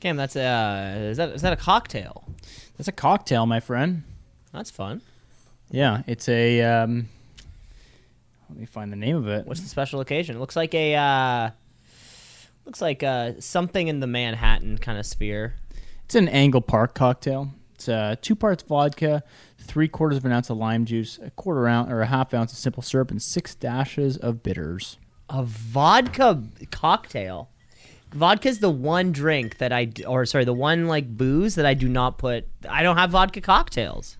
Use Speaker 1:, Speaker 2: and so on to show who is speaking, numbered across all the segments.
Speaker 1: Cam, that's a uh, is that is that a cocktail?
Speaker 2: That's a cocktail, my friend.
Speaker 1: That's fun.
Speaker 2: Yeah, it's a. Um, let me find the name of it.
Speaker 1: What's the special occasion? It looks like a uh, looks like uh, something in the Manhattan kind of sphere.
Speaker 2: It's an Angle Park cocktail. It's uh, two parts vodka, three quarters of an ounce of lime juice, a quarter ounce or a half ounce of simple syrup, and six dashes of bitters.
Speaker 1: A vodka cocktail. Vodka's the one drink that I d- or sorry, the one like booze that I do not put. I don't have vodka cocktails.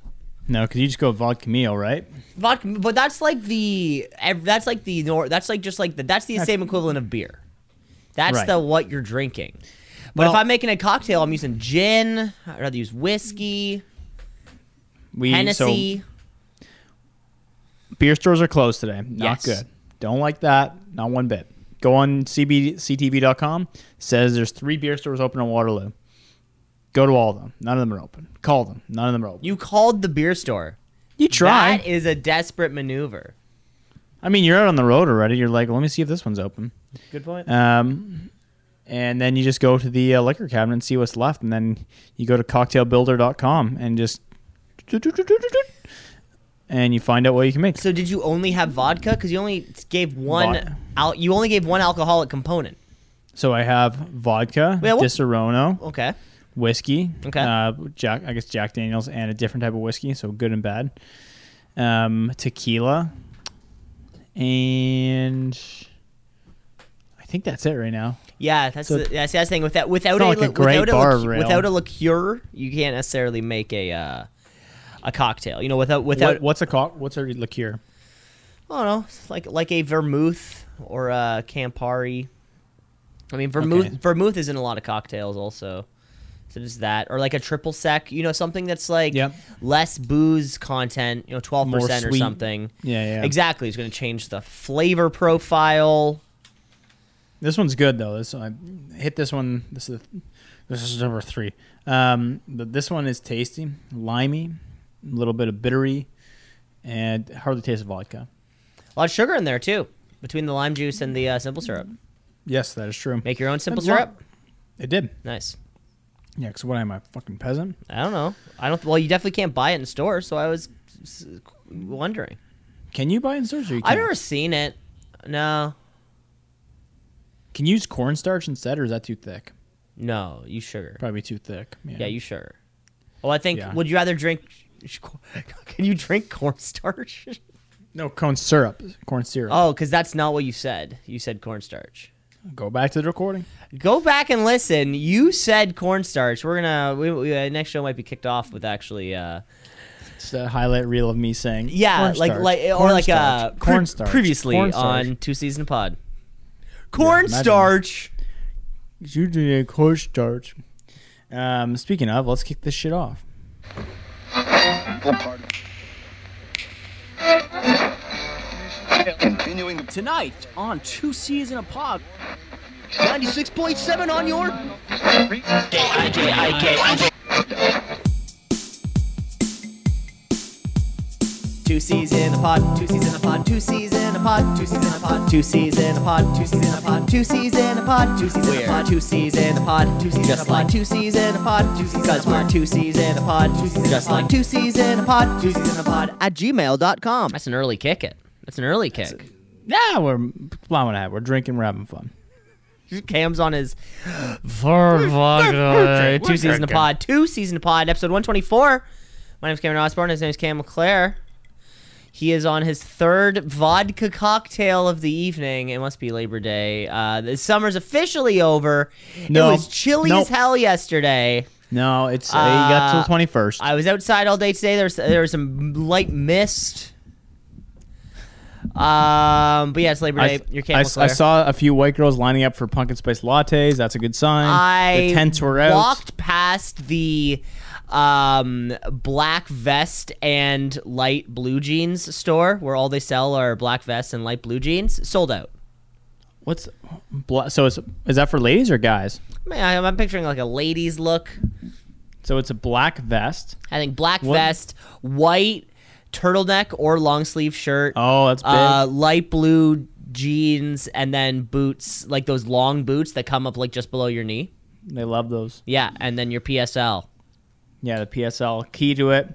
Speaker 2: No, because you just go vodka meal, right?
Speaker 1: Vodka, but that's like the ev- that's like the nor that's like just like the, that's the same equivalent of beer. That's
Speaker 2: Right.
Speaker 1: the what you're drinking. But if
Speaker 2: Well-
Speaker 1: I'm making a cocktail, I'm using gin. I'd rather use whiskey,
Speaker 2: We
Speaker 1: Hennessy.
Speaker 2: so beer stores are closed today. Not
Speaker 1: Yes.
Speaker 2: good. Don't like that. Not one bit. Go on CB, CTV.com. Says there's three beer stores open in Waterloo. Go to all of them. None of them are open. Call them. None of them are open.
Speaker 1: you called the beer store.
Speaker 2: You try.
Speaker 1: That is a desperate maneuver.
Speaker 2: I mean, you're out on the road already. You're like, let me see if this one's open.
Speaker 1: Good point.
Speaker 2: Um, and then you just go to the uh, liquor cabinet and see what's left, and then you go to cocktailbuilder.com and just and you find out what you can make.
Speaker 1: So did you only have vodka? Because you only gave one
Speaker 2: Vodka.
Speaker 1: al- you only gave one alcoholic component.
Speaker 2: So I have vodka,
Speaker 1: Wait, what-
Speaker 2: Disaronno,
Speaker 1: Okay.
Speaker 2: whiskey,
Speaker 1: Okay.
Speaker 2: uh, Jack, I guess Jack Daniels, and a different type of whiskey, so good and bad, um, tequila, and I think that's it right now.
Speaker 1: Yeah, that's
Speaker 2: So-
Speaker 1: the, that's the other thing with that without
Speaker 2: not
Speaker 1: a,
Speaker 2: like a
Speaker 1: li-
Speaker 2: great
Speaker 1: without,
Speaker 2: bar
Speaker 1: a liqueur,
Speaker 2: rail.
Speaker 1: without a liqueur, you can't necessarily make a uh, a cocktail. You know, without without
Speaker 2: What, what's a co- What's a liqueur?
Speaker 1: I don't know, like like a vermouth or a Campari. I mean, vermouth
Speaker 2: Okay.
Speaker 1: vermouth is in a lot of cocktails also. So just that, or like a triple sec, you know, something that's like
Speaker 2: Yep.
Speaker 1: less booze content, you know, twelve percent or
Speaker 2: sweet.
Speaker 1: something.
Speaker 2: Yeah, yeah.
Speaker 1: Exactly, it's going to change the flavor profile.
Speaker 2: This one's good though. This I hit this one. This is this is number three. Um, but this one is tasty, limey, a little bit of bittery, and hardly tastes of vodka.
Speaker 1: A lot of sugar in there too, between the lime juice and the uh, simple syrup.
Speaker 2: Yes, that is true.
Speaker 1: Make your own simple
Speaker 2: And lime.
Speaker 1: syrup.
Speaker 2: It did.
Speaker 1: Nice.
Speaker 2: Yeah, because what am I, a fucking peasant?
Speaker 1: I don't know. I don't. Well, you definitely can't buy it in stores, so I was s- wondering.
Speaker 2: Can you buy in stores? Or you
Speaker 1: I've
Speaker 2: can't?
Speaker 1: never seen it. No,
Speaker 2: Can you use cornstarch instead, or is that too thick?
Speaker 1: no, you sugar.
Speaker 2: Probably too thick. Yeah.
Speaker 1: Yeah, you sugar. Well, I think.
Speaker 2: Yeah.
Speaker 1: Would you rather drink? Can you drink cornstarch?
Speaker 2: no corn syrup. Corn syrup.
Speaker 1: oh, because that's not what you said. You said cornstarch.
Speaker 2: Go back to the recording.
Speaker 1: Go back and listen. You said cornstarch. We're gonna. We, we, uh, next show might be kicked off with actually. Uh,
Speaker 2: It's a highlight reel of me saying.
Speaker 1: Yeah, like
Speaker 2: cornstarch,
Speaker 1: like or like uh
Speaker 2: cornstarch,
Speaker 1: pre-
Speaker 2: cornstarch,
Speaker 1: previously
Speaker 2: cornstarch.
Speaker 1: on Two Season Pod.
Speaker 2: imagine.
Speaker 1: Cornstarch.
Speaker 2: It's usually a coach starch. Um, speaking of, let's kick this shit off.
Speaker 3: Continuing the
Speaker 4: Tonight on Two Seas in a Pod.
Speaker 1: 96.7 on your Two C's in a pod, two C's in a pod, two C's in a pod, two C's in a pod, two C's in a pod, two C's in a pod, two C's in a pod, two C's in a pod, two C's in a pod, two C's in a pod, two C's in a pod, two C's in a pod, two C's in a pod, two C's in a pod, two C's in a pod, two C's in a pod, at gmail.com. That's an early kick it. That's an early kick.
Speaker 2: Yeah, we're plowing ahead. We're drinking, we're having fun.
Speaker 1: Cam's on his
Speaker 2: uh,
Speaker 1: Varvaga. two season of pod, two season of pod, episode one twenty four. My name's Cameron Osborne. His name's Cam LeClaire. He is on his third vodka cocktail of the evening. It must be Labor Day. Uh, the summer's officially over.
Speaker 2: No.
Speaker 1: It was chilly
Speaker 2: Nope.
Speaker 1: as hell yesterday.
Speaker 2: No, it's uh, you got till
Speaker 1: Uh,
Speaker 2: twenty first.
Speaker 1: I was outside all day today. There's there was some light mist. Um, but yeah, it's Labor Day.
Speaker 2: I-
Speaker 1: Your
Speaker 2: I,
Speaker 1: Cam
Speaker 2: I
Speaker 1: LeClaire.
Speaker 2: saw a few white girls lining up for pumpkin spice lattes. That's a good sign.
Speaker 1: I
Speaker 2: the tents were out.
Speaker 1: Walked past the um, black vest and light blue jeans store where all they sell are black vests and light blue jeans. Sold out.
Speaker 2: What's bla- so? It's, is that for ladies or guys?
Speaker 1: Man, I- I'm picturing like a ladies look.
Speaker 2: So it's a black vest.
Speaker 1: I think black
Speaker 2: What-
Speaker 1: vest, white turtleneck or long sleeve shirt,
Speaker 2: Oh, that's big.
Speaker 1: uh, light blue jeans, and then boots like those long boots that come up like just below your knee.
Speaker 2: They love those.
Speaker 1: Yeah, and then your PSL.
Speaker 2: Yeah, the PSL key to it.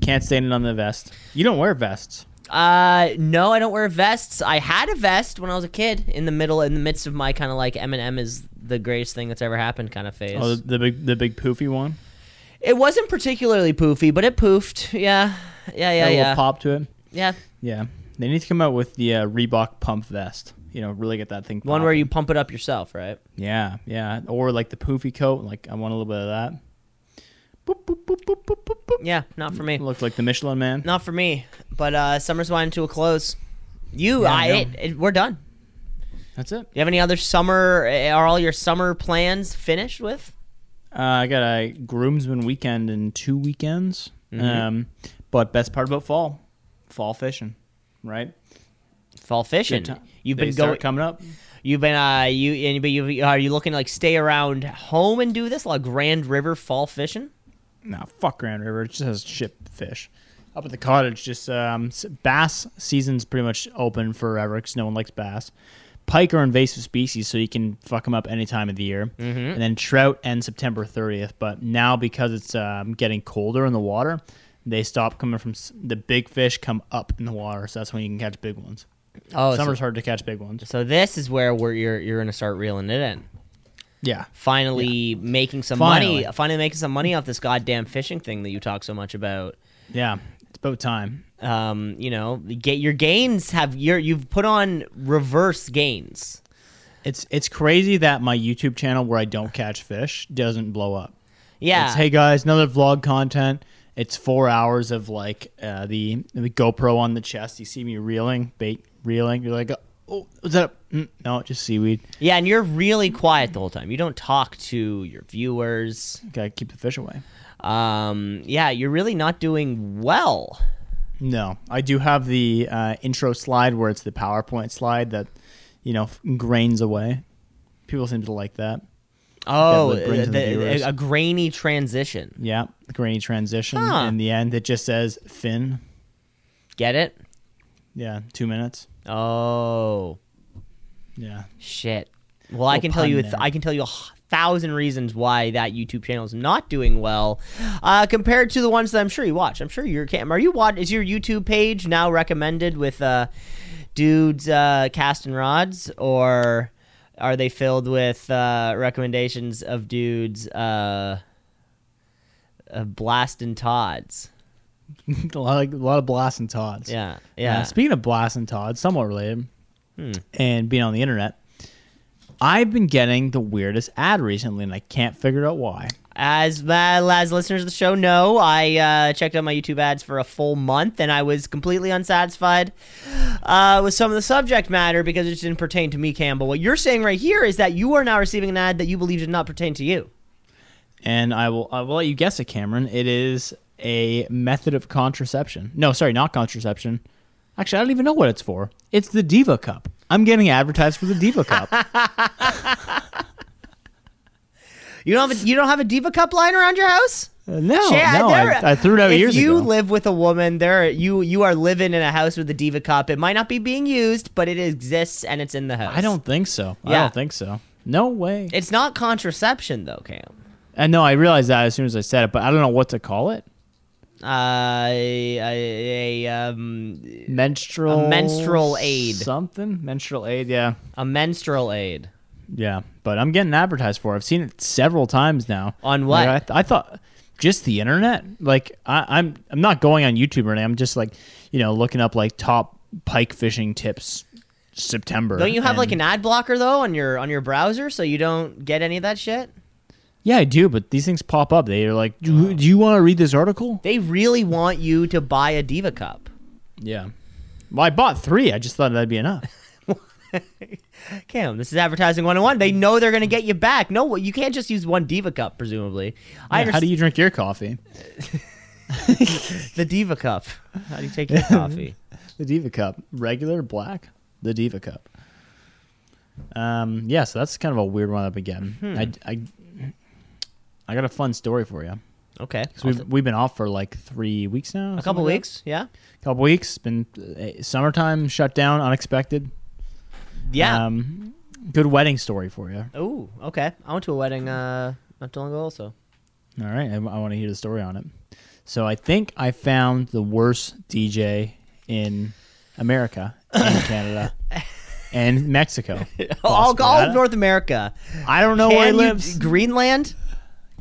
Speaker 2: Can't stain it on the vest. You don't wear vests.
Speaker 1: Uh, no, I don't wear vests. I had a vest when I was a kid. In the middle, in the midst of my kind of like Eminem is the greatest thing that's ever happened kind of phase.
Speaker 2: Oh, the, the big the big poofy one.
Speaker 1: It wasn't particularly poofy, but it poofed. Yeah, yeah,
Speaker 2: Got
Speaker 1: yeah,
Speaker 2: a
Speaker 1: yeah.
Speaker 2: little pop to it.
Speaker 1: Yeah,
Speaker 2: Yeah, they need to come out with the uh, Reebok pump vest. You know, really get that thing.
Speaker 1: one where
Speaker 2: popping.
Speaker 1: you pump it up yourself, right?
Speaker 2: Yeah, yeah, or like the poofy coat. Like I want a little bit of that. Boop boop boop boop boop boop. boop.
Speaker 1: Yeah, not for me.
Speaker 2: Look like the Michelin Man.
Speaker 1: Not for me. But uh summer's winding to a close. You,
Speaker 2: Yeah,
Speaker 1: I,
Speaker 2: I know.
Speaker 1: it, it, we're done.
Speaker 2: That's it.
Speaker 1: You have any other summer? eh, Are all your summer plans finished with?
Speaker 2: Uh, I got a groomsman weekend in two weekends.
Speaker 1: Mm-hmm.
Speaker 2: Um, but best part about fall, fall fishing, right?
Speaker 1: Fall fishing.
Speaker 2: Good ti-
Speaker 1: You've
Speaker 2: They
Speaker 1: been
Speaker 2: start
Speaker 1: going.
Speaker 2: coming up.
Speaker 1: You've been uh you and but you are you looking to, like stay around home and do this like Grand River fall fishing?
Speaker 2: No, fuck Grand River. It just has ship fish. Up at the cottage, just um, s- bass season's pretty much open forever because no one likes bass. Pike are invasive species, so you can fuck them up any time of the year. Mm-hmm. And then trout end September 30th. But now because it's um, getting colder in the water, they stop coming from s- the big fish come up in the water, so that's when you can catch big ones.
Speaker 1: Oh, so,
Speaker 2: Summer's hard to catch big ones.
Speaker 1: so this is where we're you're you're gonna start reeling it in.
Speaker 2: Yeah,
Speaker 1: Finally making some
Speaker 2: Finally.
Speaker 1: money. Finally making some money off this goddamn fishing thing that you talk so much about.
Speaker 2: yeah, it's about time.
Speaker 1: um, you know, get your gains have your you've put on reverse gains.
Speaker 2: It's it's crazy that my YouTube channel where I don't catch fish doesn't blow up.
Speaker 1: Yeah.
Speaker 2: It's, hey guys, another vlog content. It's four hours of like uh, the, the GoPro on the chest. You see me reeling, bait reeling. You're like, oh, what's that? Mm, no, just seaweed.
Speaker 1: yeah, and you're really quiet the whole time. You don't talk to your viewers.
Speaker 2: Gotta keep the fish away.
Speaker 1: Um, yeah, you're really not doing well.
Speaker 2: No, I do have the uh, intro slide where it's the PowerPoint slide that you know grains away. People seem to like that.
Speaker 1: Oh,
Speaker 2: what brings in the
Speaker 1: the-
Speaker 2: viewers.
Speaker 1: a, grainy transition.
Speaker 2: Yeah, the grainy transition
Speaker 1: Huh.
Speaker 2: in the end. It just says fin.
Speaker 1: Get it?
Speaker 2: Yeah, two minutes.
Speaker 1: Oh,
Speaker 2: Yeah,
Speaker 1: shit. Well, I
Speaker 2: Little
Speaker 1: can tell you, a
Speaker 2: pun
Speaker 1: th-
Speaker 2: there.
Speaker 1: I can tell you a h- thousand reasons why that YouTube channel is not doing well, uh, compared to the ones that I'm sure you watch. I'm sure your cam. Are you watch? Is your YouTube page now recommended with uh, dudes uh, casting rods, or are they filled with uh, recommendations of dudes uh, uh, blasting tods?
Speaker 2: a lot of, a lot of blasts and tots.
Speaker 1: Yeah,
Speaker 2: Yeah.
Speaker 1: yeah.
Speaker 2: Uh,
Speaker 1: Hmm.
Speaker 2: speaking of Blast and Todd, somewhat related, and being on the internet, I've been getting the weirdest ad recently, and I can't figure out why.
Speaker 1: As well as listeners of the show know, I uh, checked out my YouTube ads for a full month and I was completely unsatisfied uh, with some of the subject matter because it just didn't pertain to me, Campbell. What you're saying right here is that you are now receiving an ad that you believe did not pertain to you.
Speaker 2: And I will, I will let you guess it, Cameron. It is a method of contraception. No, sorry, not contraception. Actually, I don't even know what it's for. It's the Diva Cup. I'm getting advertised for the Diva Cup. Uh,
Speaker 1: You don't have a, you don't have a diva cup lying around your house.
Speaker 2: Uh, no,
Speaker 1: Yeah,
Speaker 2: no,
Speaker 1: there-
Speaker 2: I, I threw it out
Speaker 1: if
Speaker 2: years
Speaker 1: you
Speaker 2: ago.
Speaker 1: live with a woman, there you you are living in a house with a diva cup. It might not be being used, but it exists and it's in the house.
Speaker 2: I don't think so. I
Speaker 1: Yeah.
Speaker 2: don't think so. No way.
Speaker 1: It's not contraception though, Cam.
Speaker 2: And no, I realized that as soon as I said it, but I don't know what to call it.
Speaker 1: Uh, a, a, um,
Speaker 2: menstrual
Speaker 1: A menstrual aid.
Speaker 2: something menstrual aid yeah
Speaker 1: a menstrual aid.
Speaker 2: yeah but i'm getting advertised for it. i've seen it several times now
Speaker 1: On what?
Speaker 2: Like, I, th- I thought just the internet like I, i'm i'm not going on youtube or anything i'm just like you know looking up like top pike fishing tips september
Speaker 1: Don't you have like
Speaker 2: And-
Speaker 1: an ad blocker though on your on your browser so you don't get any of that shit?
Speaker 2: yeah i do but these things pop up they're like do, you- do you want to read this article
Speaker 1: They really want you to buy a Diva cup.
Speaker 2: yeah well i bought three i just thought that'd be enough
Speaker 1: Cam, this is advertising 101. They know they're going to get you back. No, you can't just use one Diva cup presumably. I
Speaker 2: Yeah, how
Speaker 1: understand
Speaker 2: do you drink your coffee
Speaker 1: the Diva cup. How do you take your coffee?
Speaker 2: The Diva Cup, regular black. The Diva Cup. Um, yeah, so that's kind of a weird one up again.
Speaker 1: Hmm.
Speaker 2: I, I, I got a fun story for you.
Speaker 1: Okay.
Speaker 2: 'Cause we've we've been off for like three weeks now.
Speaker 1: A couple weeks, yeah.
Speaker 2: A couple eh, weeks. Been uh, summertime shut down, unexpected.
Speaker 1: Yeah.
Speaker 2: Um, Good wedding story for you.
Speaker 1: Oh, okay. I went to a wedding uh, not too long ago, also.
Speaker 2: All right, I, want to hear the story on it. So I think I found the worst DJ in America and Canada and Mexico.
Speaker 1: All,
Speaker 2: Possibly.
Speaker 1: all
Speaker 2: I
Speaker 1: of
Speaker 2: don't-
Speaker 1: North America.
Speaker 2: I don't know where he
Speaker 1: Can you-
Speaker 2: lives.
Speaker 1: Greenland.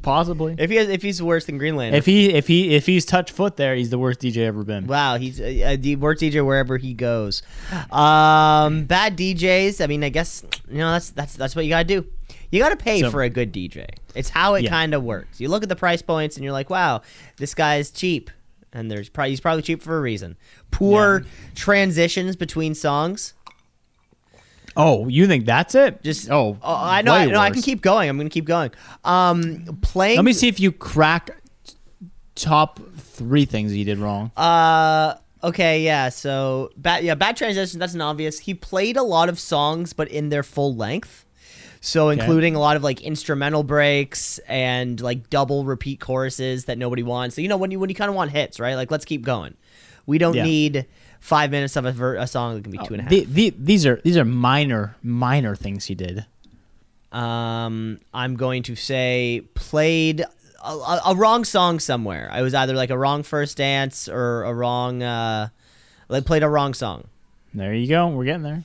Speaker 2: Possibly. If,
Speaker 1: If he has, if he's worse than Greenland,
Speaker 2: he if he if he's touched foot there, he's the worst DJ ever been.
Speaker 1: Wow, he's uh, a, a work DJ wherever he goes. Um, bad DJs. I mean, I guess you know that's that's that's what you gotta do. You gotta pay
Speaker 2: So-
Speaker 1: for a good DJ. It's how it
Speaker 2: Yeah.
Speaker 1: kind of works. You look at the price points and you're like, wow, this guy's cheap, and there's probably he's probably cheap for a reason. Poor transitions between songs.
Speaker 2: Oh, you think that's it?
Speaker 1: Just
Speaker 2: oh,
Speaker 1: oh, I know,
Speaker 2: way
Speaker 1: I, no, I can
Speaker 2: worse.
Speaker 1: keep going. I'm gonna keep going. Um, playing.
Speaker 2: Let me see if you crack t- top three things he did wrong.
Speaker 1: Uh, okay, yeah. So bad, yeah, bad transition. That's an obvious. He played a lot of songs, but in their full length. So including a lot of like instrumental breaks and like double repeat choruses that nobody wants. So you know when you when you kind of want hits, right? Like let's keep going. We don't
Speaker 2: Yeah.
Speaker 1: need five minutes of a, ver- a song that can be two and a half.
Speaker 2: The- the- these are these are minor minor things he did.
Speaker 1: um, I'm going to say played a, a, a wrong song somewhere. I was either like a wrong first dance or a wrong uh, like played a wrong song.
Speaker 2: There you go. We're getting there.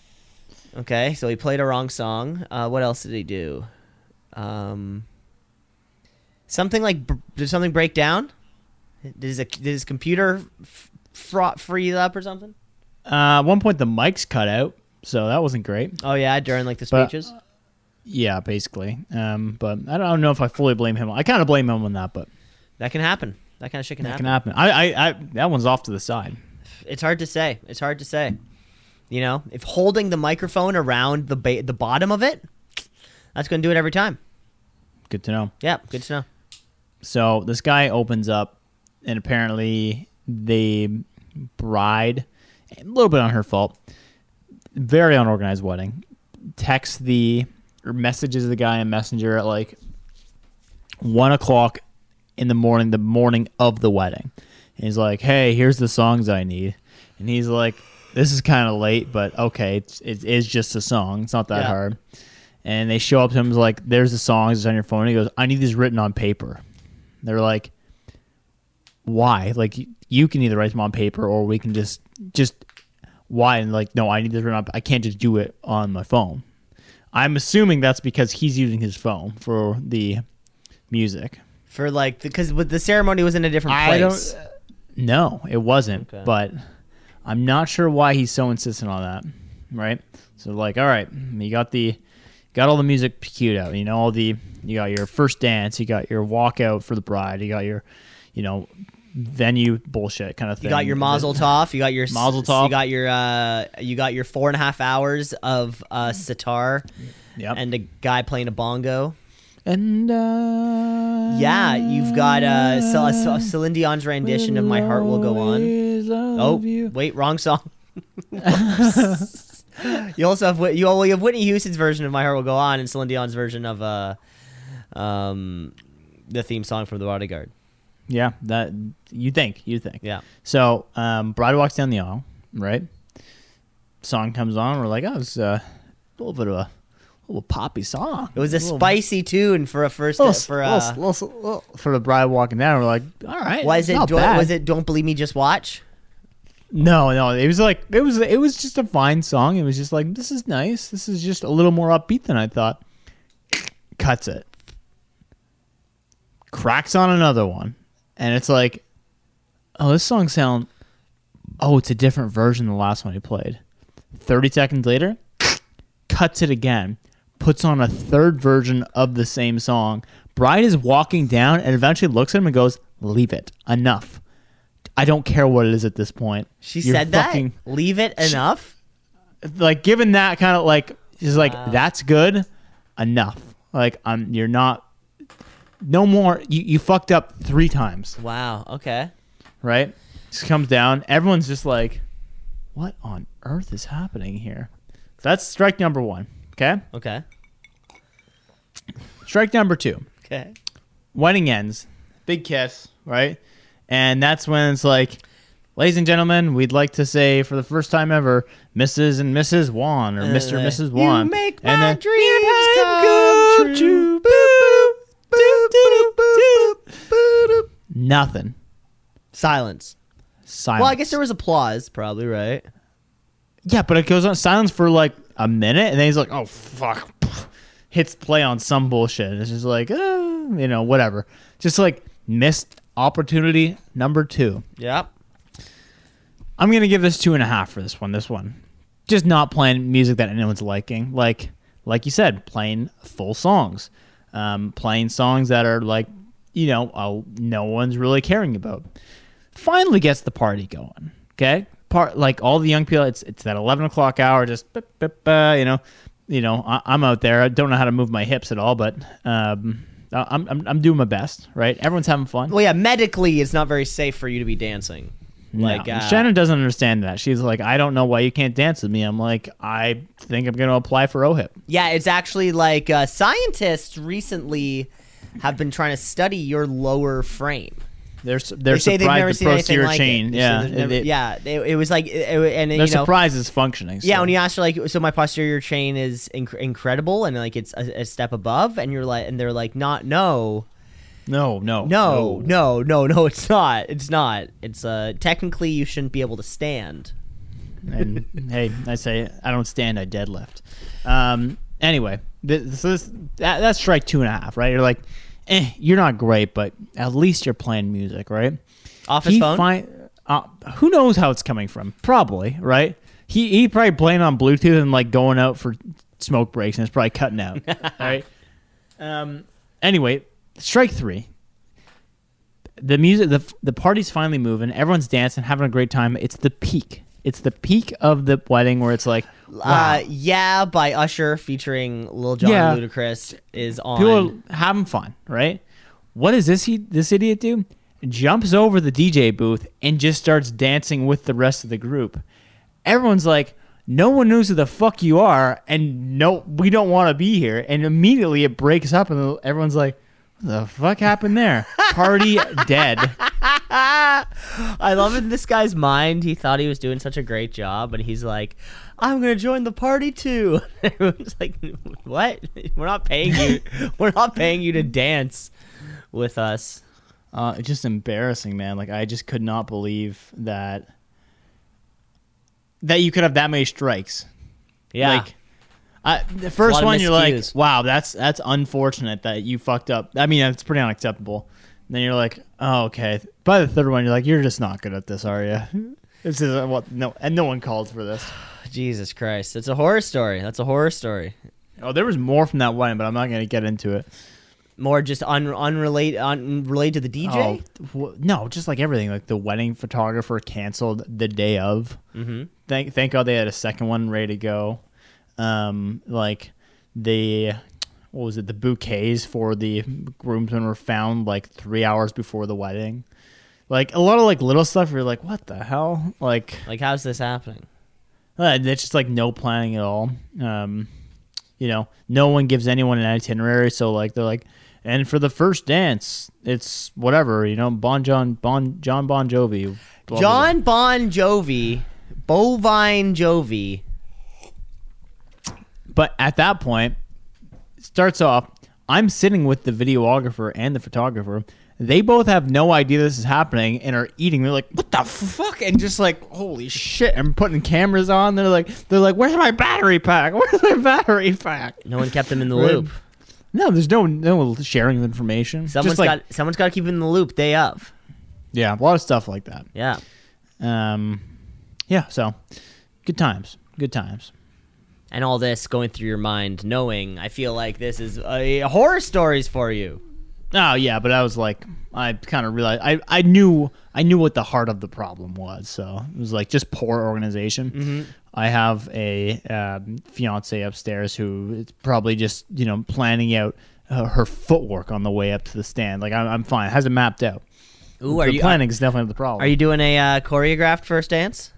Speaker 1: Okay, so he played a wrong song. Uh, what else did he do? Um, something like br- did something break down? Did his, did his computer f- fro- freeze up or something?
Speaker 2: Uh, at one point, the mic's cut out, so that wasn't great.
Speaker 1: Oh yeah, during like the
Speaker 2: But-
Speaker 1: speeches.
Speaker 2: Yeah, basically. Um, but I don't know if I fully blame him. I kind of blame him on that, but
Speaker 1: that can happen. That kind of shit can
Speaker 2: that
Speaker 1: happen.
Speaker 2: can happen. I, I, I, that one's off to the side.
Speaker 1: it's hard to say. It's hard to say. You know, if holding the microphone around the ba- the bottom of it, that's gonna do it every time.
Speaker 2: Good to know.
Speaker 1: Yeah, good to know.
Speaker 2: So this guy opens up, and apparently the bride, a little bit on her fault, very unorganized wedding, texts the or messages the guy in Messenger at like one o'clock in the morning, the morning of the wedding. And he's like, "Hey, here's the songs I need," and he's like, "This is kind of late, but okay, it's, it is just a song. It's not that
Speaker 1: Yeah.
Speaker 2: hard." And they show up to him he's like, "There's the songs it's on your phone." And he goes, "I need these written on paper." They're like, "Why? Like you can either write them on paper, or we can just just why?" And like, "No, I need this written on. I can't just do it on my phone." I'm assuming that's because he's using his phone for the music.
Speaker 1: For like, because with the ceremony was in a different place.
Speaker 2: I don't. No, it wasn't.
Speaker 1: Okay.
Speaker 2: But I'm not sure why he's so insistent on that. Right. So like, all right, you got the, got all the music queued out. You know, all the you got your first dance, you got your walkout for the bride, you got your, you know, venue bullshit kind of thing.
Speaker 1: You got your Mazel Tov. You got your s-
Speaker 2: Mazel Tov.
Speaker 1: You got your uh, you got your four and a half hours of uh, sitar
Speaker 2: Yep.
Speaker 1: and a guy playing a bongo.
Speaker 2: And uh,
Speaker 1: Yeah, you've got uh, Cel- a Cel- Celine Dion's rendition of "My Heart Will Go On." Oh,
Speaker 2: Oh,
Speaker 1: wait, wrong song. you also have Whit- you well, you have Whitney Houston's version of "My Heart Will Go On" and Celine Dion's version of uh, um, the theme song from The Bodyguard.
Speaker 2: yeah. That you think you think.
Speaker 1: Yeah,
Speaker 2: So, um, Bride walks down the aisle, right? Song comes on. We're like, oh, it's uh, a little bit of a little poppy song.
Speaker 1: it was a
Speaker 2: little-
Speaker 1: spicy tune for a first
Speaker 2: little-
Speaker 1: for
Speaker 2: little-
Speaker 1: uh,
Speaker 2: little- little- for the bride walking down. We're like, all right,
Speaker 1: was it
Speaker 2: not
Speaker 1: do-
Speaker 2: bad.
Speaker 1: was it "Don't Believe Me, Just Watch"?
Speaker 2: No, no, it was like it was it was just a fine song. It was just like this is nice. This is just a little more upbeat than I thought. Cuts it. Cracks on another one, and it's like, oh, this song sound. Oh, it's a different version than the last one he played. Thirty seconds later, cuts it again, puts on a third version of the same song. Bride is walking down and eventually looks at him and goes, "Leave it. Enough. I don't care what it is at this point."
Speaker 1: She
Speaker 2: You're
Speaker 1: said
Speaker 2: fucking-
Speaker 1: that. Leave it enough.
Speaker 2: like given that kind of like she's like that's good enough like i'm you're not no more you, you fucked up three times
Speaker 1: Wow. Okay.
Speaker 2: right just comes down everyone's just like what on earth is happening here that's strike number one okay
Speaker 1: Okay.
Speaker 2: strike number two
Speaker 1: Okay.
Speaker 2: wedding ends big kiss right and that's when it's like Ladies and gentlemen, we'd like to say for the first time ever, Mrs. and Mrs. Wan or Mr. and Mrs. Wan.
Speaker 1: Uh, You make
Speaker 2: and
Speaker 1: my
Speaker 2: then-
Speaker 1: dreams come, true.
Speaker 2: come true. Boop, boop, doop, doop, doop, doop, doop. Nothing.
Speaker 1: Silence.
Speaker 2: Silence.
Speaker 1: Well, I guess there was applause, probably, right?
Speaker 2: Yeah, but it goes on silence for like a minute, and then he's like, "Oh fuck," hits play on some bullshit. And it's just like, uh, you know, whatever. Just like missed opportunity number two.
Speaker 1: Yep.
Speaker 2: I'm gonna give this two and a half for this one. This one, just not playing music that anyone's liking. Like, like you said, playing full songs, um, playing songs that are like, you know, uh, no one's really caring about. Finally gets the party going. Okay, part like all the young people. It's it's that eleven o'clock hour. Just bip, bip, uh, you know, you know, I, I'm out there. I don't know how to move my hips at all, but um, I- I'm, I'm I'm doing my best. Right, everyone's having fun.
Speaker 1: Well, yeah, medically, it's not very safe for you to be dancing. Like,
Speaker 2: No.
Speaker 1: uh,
Speaker 2: Shannon doesn't understand that. She's like, I don't know why you can't dance with me. I'm like, I think I'm going to apply for OHIP.
Speaker 1: Yeah, it's actually like uh, scientists recently have been trying to study your lower frame.
Speaker 2: They're su- they're
Speaker 1: they say they've never
Speaker 2: surprised the
Speaker 1: seen anything
Speaker 2: posterior
Speaker 1: like it.
Speaker 2: chain.
Speaker 1: They say
Speaker 2: Yeah,
Speaker 1: they've never-
Speaker 2: It- it-
Speaker 1: yeah. They, it was like, it, it- and
Speaker 2: They're
Speaker 1: you know,
Speaker 2: surprised it's functioning.
Speaker 1: yeah.
Speaker 2: so.
Speaker 1: When you ask, like, so my posterior chain is inc- incredible, and like it's a, a step above, and you're like, and they're like, not no,
Speaker 2: no, no,
Speaker 1: no, no, no, no, it's not, it's not. It's uh, technically you shouldn't be able to stand.
Speaker 2: and hey, I say I don't stand, I deadlift. Um, anyway, this, so this that, that's strike two and a half, right? You're like, eh, you're not great, but at least you're playing music, right?
Speaker 1: Office
Speaker 2: he
Speaker 1: phone.
Speaker 2: fi- uh, who knows how it's coming from? Probably right. He he probably playing on Bluetooth and like going out for smoke breaks, and it's probably cutting out. All right. Um. Anyway, strike three. The music, the the party's finally moving. Everyone's dancing, having a great time. It's the peak. It's the peak of the wedding where it's like, wow,
Speaker 1: Uh, yeah, by Usher featuring Lil Jon
Speaker 2: Yeah.
Speaker 1: Ludacris is on.
Speaker 2: people are having fun, right? What does this he, this idiot do? Jumps over the DJ booth and just starts dancing with the rest of the group. Everyone's like, "No one knows who the fuck you are," and no, we don't want to be here. And immediately it breaks up, and everyone's like, "What the fuck happened there?" Party dead.
Speaker 1: I love in this guy's mind. He thought he was doing such a great job, and he's like, "I'm gonna join the party too." Everyone's like, "What? We're not paying you. We're not paying you to dance with us."
Speaker 2: Uh, it's just embarrassing, man. Like I just could not believe that that you could have that many strikes.
Speaker 1: Yeah,
Speaker 2: Like, I, the
Speaker 1: a lot
Speaker 2: first
Speaker 1: of
Speaker 2: one, you're like,
Speaker 1: miscues.
Speaker 2: wow, that's that's unfortunate that you fucked up. I mean, it's pretty unacceptable. And then you're like, oh, okay. By the third one, you're like, you're just not good at this, are you? This is what no, and no one called for this.
Speaker 1: Jesus Christ, that's a horror story. That's a horror story.
Speaker 2: Oh, there was more from that one, but I'm not gonna get into it.
Speaker 1: More just un unrelated unrelated to the DJ.
Speaker 2: Oh, wh- no, just like everything. Like the wedding photographer canceled the day of. Mm-hmm. Thank thank God they had a second one ready to go. Um, like the what was it? The bouquets for the groomsmen were found like three hours before the wedding. Like a lot of like little stuff. Where you're like, what the hell? Like
Speaker 1: Like, how's this happening?
Speaker 2: uh, It's just like no planning at all. Um, you know, no one gives anyone an itinerary, so like they're like, and for the first dance, it's whatever. You know, Bon John, Bon John Bon Jovi, blah, blah, blah.
Speaker 1: John Bon Jovi, Bovine Jovi.
Speaker 2: But at that point, it starts off. I'm sitting with the videographer and the photographer. They both have no idea this is happening and are eating. They're like, "What the fuck?" and just like, "Holy shit!" I'm putting cameras on. They're like, "They're like, where's my battery pack? Where's my battery pack?"
Speaker 1: No one kept him in the
Speaker 2: Right.
Speaker 1: loop.
Speaker 2: No, there's no no sharing of information.
Speaker 1: Someone's
Speaker 2: Just like,
Speaker 1: got someone's got to keep him in the loop day of.
Speaker 2: yeah, a lot of stuff like that.
Speaker 1: Yeah.
Speaker 2: Um, yeah, so good times, good times.
Speaker 1: and all this going through your mind, knowing I feel like this is uh, horror stories for you.
Speaker 2: Oh yeah, but I was like, I kind of realized I I knew I knew what the heart of the problem was. So it was like just poor organization.
Speaker 1: Mm-hmm.
Speaker 2: I have a um, fiance upstairs who is probably just you know planning out uh, her footwork on the way up to the stand. Like I'm, I'm fine, has it mapped out.
Speaker 1: Ooh, are
Speaker 2: the
Speaker 1: you are,
Speaker 2: planning is definitely the problem.
Speaker 1: you doing a uh, choreographed first dance?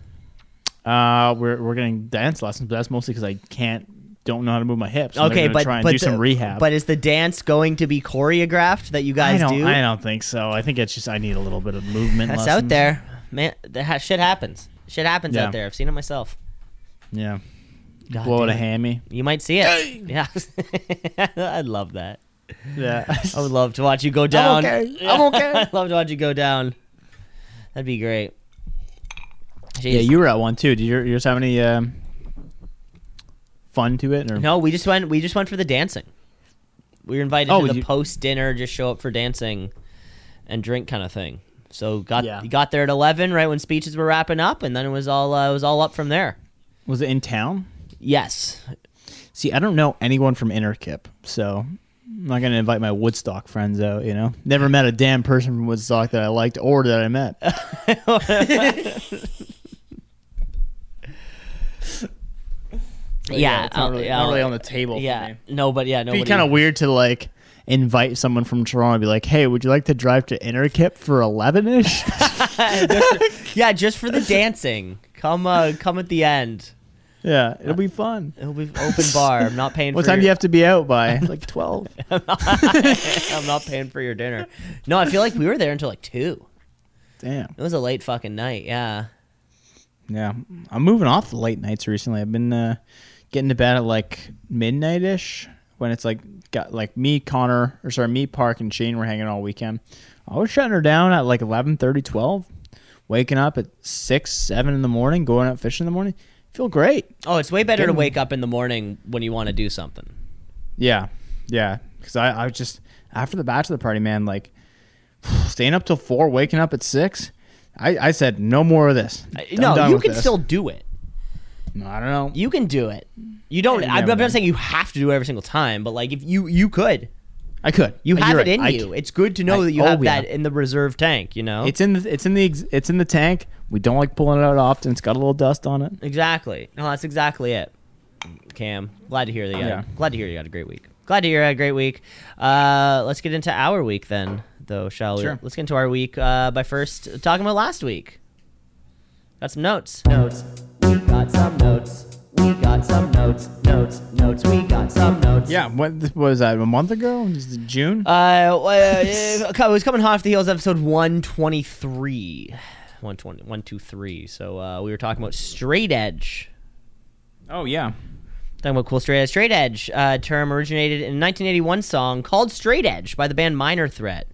Speaker 2: Uh, we're we're getting dance lessons, but that's mostly because I can't, don't know how to move my hips. and they're
Speaker 1: okay,
Speaker 2: gonna
Speaker 1: but
Speaker 2: try and
Speaker 1: but
Speaker 2: do some
Speaker 1: the-
Speaker 2: rehab.
Speaker 1: But is the dance going to be choreographed that you
Speaker 2: I
Speaker 1: guys
Speaker 2: don't,
Speaker 1: do?
Speaker 2: I don't think so. I think it's just I need a little bit of movement.
Speaker 1: That's
Speaker 2: lessons.
Speaker 1: out there. man, the ha- shit happens. Shit happens
Speaker 2: Yeah.
Speaker 1: out there. I've seen it myself.
Speaker 2: Yeah.
Speaker 1: God
Speaker 2: Blow out
Speaker 1: damn
Speaker 2: a
Speaker 1: it.
Speaker 2: hammy.
Speaker 1: You might see it. Yeah, I'd love that.
Speaker 2: Yeah.
Speaker 1: I would love to watch you go down.
Speaker 2: okay.
Speaker 1: Yeah.
Speaker 2: I'm okay.
Speaker 1: I'd love to watch you go down. That'd be great. Jeez.
Speaker 2: yeah, you were at one too. Did you, yours have any um, fun to it? Or?
Speaker 1: No, we just went. We just went for the dancing. We were invited
Speaker 2: Oh,
Speaker 1: to the
Speaker 2: you-
Speaker 1: post dinner, just show up for dancing and drink kind of thing. So got
Speaker 2: Yeah.
Speaker 1: got there at eleven, right when speeches were wrapping up, and then it was all uh, it was all up from there.
Speaker 2: Was it in town?
Speaker 1: Yes,
Speaker 2: See, I don't know anyone from Interkip, so I'm not going to invite my Woodstock friends out, you know? Never met a damn person from Woodstock that I liked or that I met.
Speaker 1: yeah,
Speaker 2: it's not
Speaker 1: I'll-
Speaker 2: really,
Speaker 1: yeah,
Speaker 2: not
Speaker 1: I'll-
Speaker 2: really on the table. for
Speaker 1: yeah.
Speaker 2: me.
Speaker 1: No, but yeah, no.
Speaker 2: It'd be kind of weird to like invite someone from Toronto and be like, hey, would you like to drive to Interkip for 11 ish?
Speaker 1: yeah, just for the dancing. Come, uh, come at the end.
Speaker 2: yeah, it'll be fun.
Speaker 1: It'll be open bar. I'm not paying.
Speaker 2: What
Speaker 1: for
Speaker 2: time do you
Speaker 1: your-
Speaker 2: have to be out by? like 12.
Speaker 1: I'm not paying for your dinner. No, I feel like we were there until like two.
Speaker 2: Damn.
Speaker 1: It was a late fucking night. Yeah.
Speaker 2: Yeah, I'm moving off the late nights recently. I've been uh, getting to bed at like midnight ish when it's like got like me, Connor, or sorry, me, Park, and Shane were hanging all weekend. I was shutting her down at like 11, 12, waking up at six, seven in the morning, going out fishing in the morning. Feel great.
Speaker 1: Oh, it's way better to
Speaker 2: Getting-
Speaker 1: wake up in the morning when you want to do something.
Speaker 2: Yeah, yeah. Because I, I was just after the bachelor party, man. Like staying up till four, waking up at six. I, I said no more of this.
Speaker 1: I-
Speaker 2: I'm
Speaker 1: no,
Speaker 2: done
Speaker 1: you
Speaker 2: with
Speaker 1: can
Speaker 2: this."
Speaker 1: still do it.
Speaker 2: No, I don't know.
Speaker 1: You can do it. You don't.
Speaker 2: Yeah,
Speaker 1: I'm,
Speaker 2: but
Speaker 1: I'm
Speaker 2: then-
Speaker 1: not saying you have to do it every single time, but like if you you could,
Speaker 2: I could.
Speaker 1: you
Speaker 2: You're
Speaker 1: have
Speaker 2: right.
Speaker 1: it in
Speaker 2: I
Speaker 1: you. It's good to know
Speaker 2: I-
Speaker 1: that you
Speaker 2: oh,
Speaker 1: have
Speaker 2: yeah.
Speaker 1: that in the reserve tank. You know.
Speaker 2: It's in the it's in the ex- it's in the tank. We don't like pulling it out often. It's got a little dust on it.
Speaker 1: Exactly. No, that's exactly it. Cam, glad to hear that. You had,
Speaker 2: Yeah.
Speaker 1: Glad to hear you had a great week. Glad to hear you had a great week. Uh, let's get into our week then, though, shall we?
Speaker 2: Sure.
Speaker 1: Let's get into our week uh, by first talking about last week. Got some notes.
Speaker 5: Notes. We got some notes. We got some notes. Notes. Notes. We got some notes.
Speaker 2: Yeah, what what was that? A month ago? Is it June?
Speaker 1: Uh, uh, it was coming off the heels of episode 123. 120, 123. So uh, we were talking about straight edge.
Speaker 2: oh yeah.
Speaker 1: Talking about cool straight edge. Straight edge uh, term originated in a 1981 song called Straight Edge by the band Minor Threat.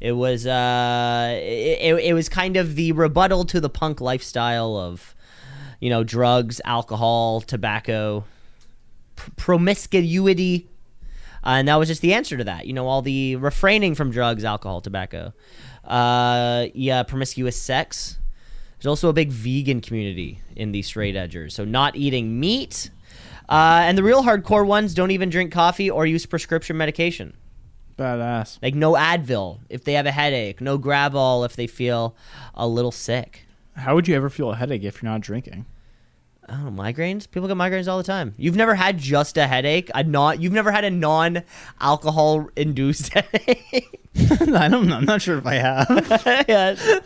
Speaker 1: It was uh, it, it, it was kind of the rebuttal to the punk lifestyle of, you know, drugs, alcohol, tobacco, pr- promiscuity, uh, and that was just the answer to that. You know, all the refraining from drugs, alcohol, tobacco, uh, yeah, promiscuous sex. There's also a big vegan community in the straight edgers, so not eating meat. Uh, and the real hardcore ones don't even drink coffee or use prescription medication.
Speaker 2: Badass.
Speaker 1: Like no Advil if they have a headache, no Gravol if they feel a little sick.
Speaker 2: How would you ever feel a headache if you're not drinking?
Speaker 1: I don't know, Oh, migraines? People get migraines all the time. You've never had just a headache, a non you've never had a non alcohol induced headache.
Speaker 2: I don't know. I'm not sure if I have.
Speaker 1: yeah,